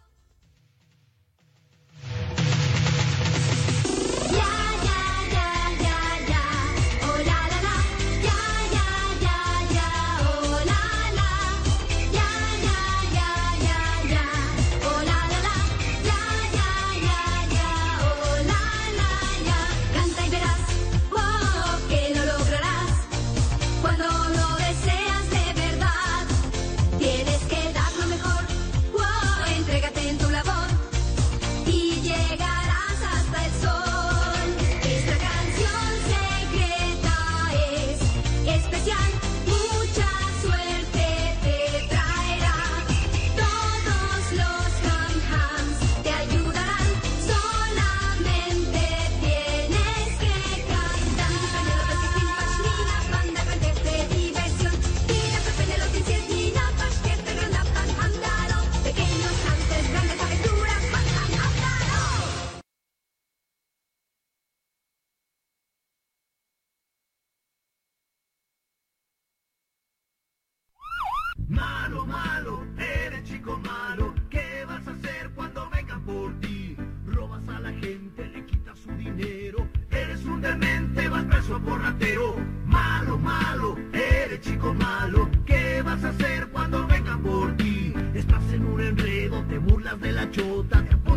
A: Ya, ya, ya, ya, ya, oh la la la. Ya, ya, ya, ya, oh la la. Ya, ya, ya, ya, ya, oh la la la. Ya, ya, ya, ya, oh la la ya. Canta y verás, oh que lo lograrás. Cuando lo deseas de verdad, tienes que dar lo mejor. Oh, entrégate en tu labor y llegarás hasta el sol. Esta canción secreta es especial, mucha suerte te traerá. Todos los ham-hams te ayudarán, solamente tienes que cantar. Pequeños hamsters, grandes aventuras, ¡Mandan a
F: Malo, malo, eres chico malo. ¿Qué vas a hacer cuando vengan por ti? Robas a la gente, le quitas su dinero. Eres un demente, vas preso por ratero. Malo, malo, eres chico malo. ¿Qué vas a hacer cuando vengan por ti? Estás en un enredo, te burlas de la chota, te apuntas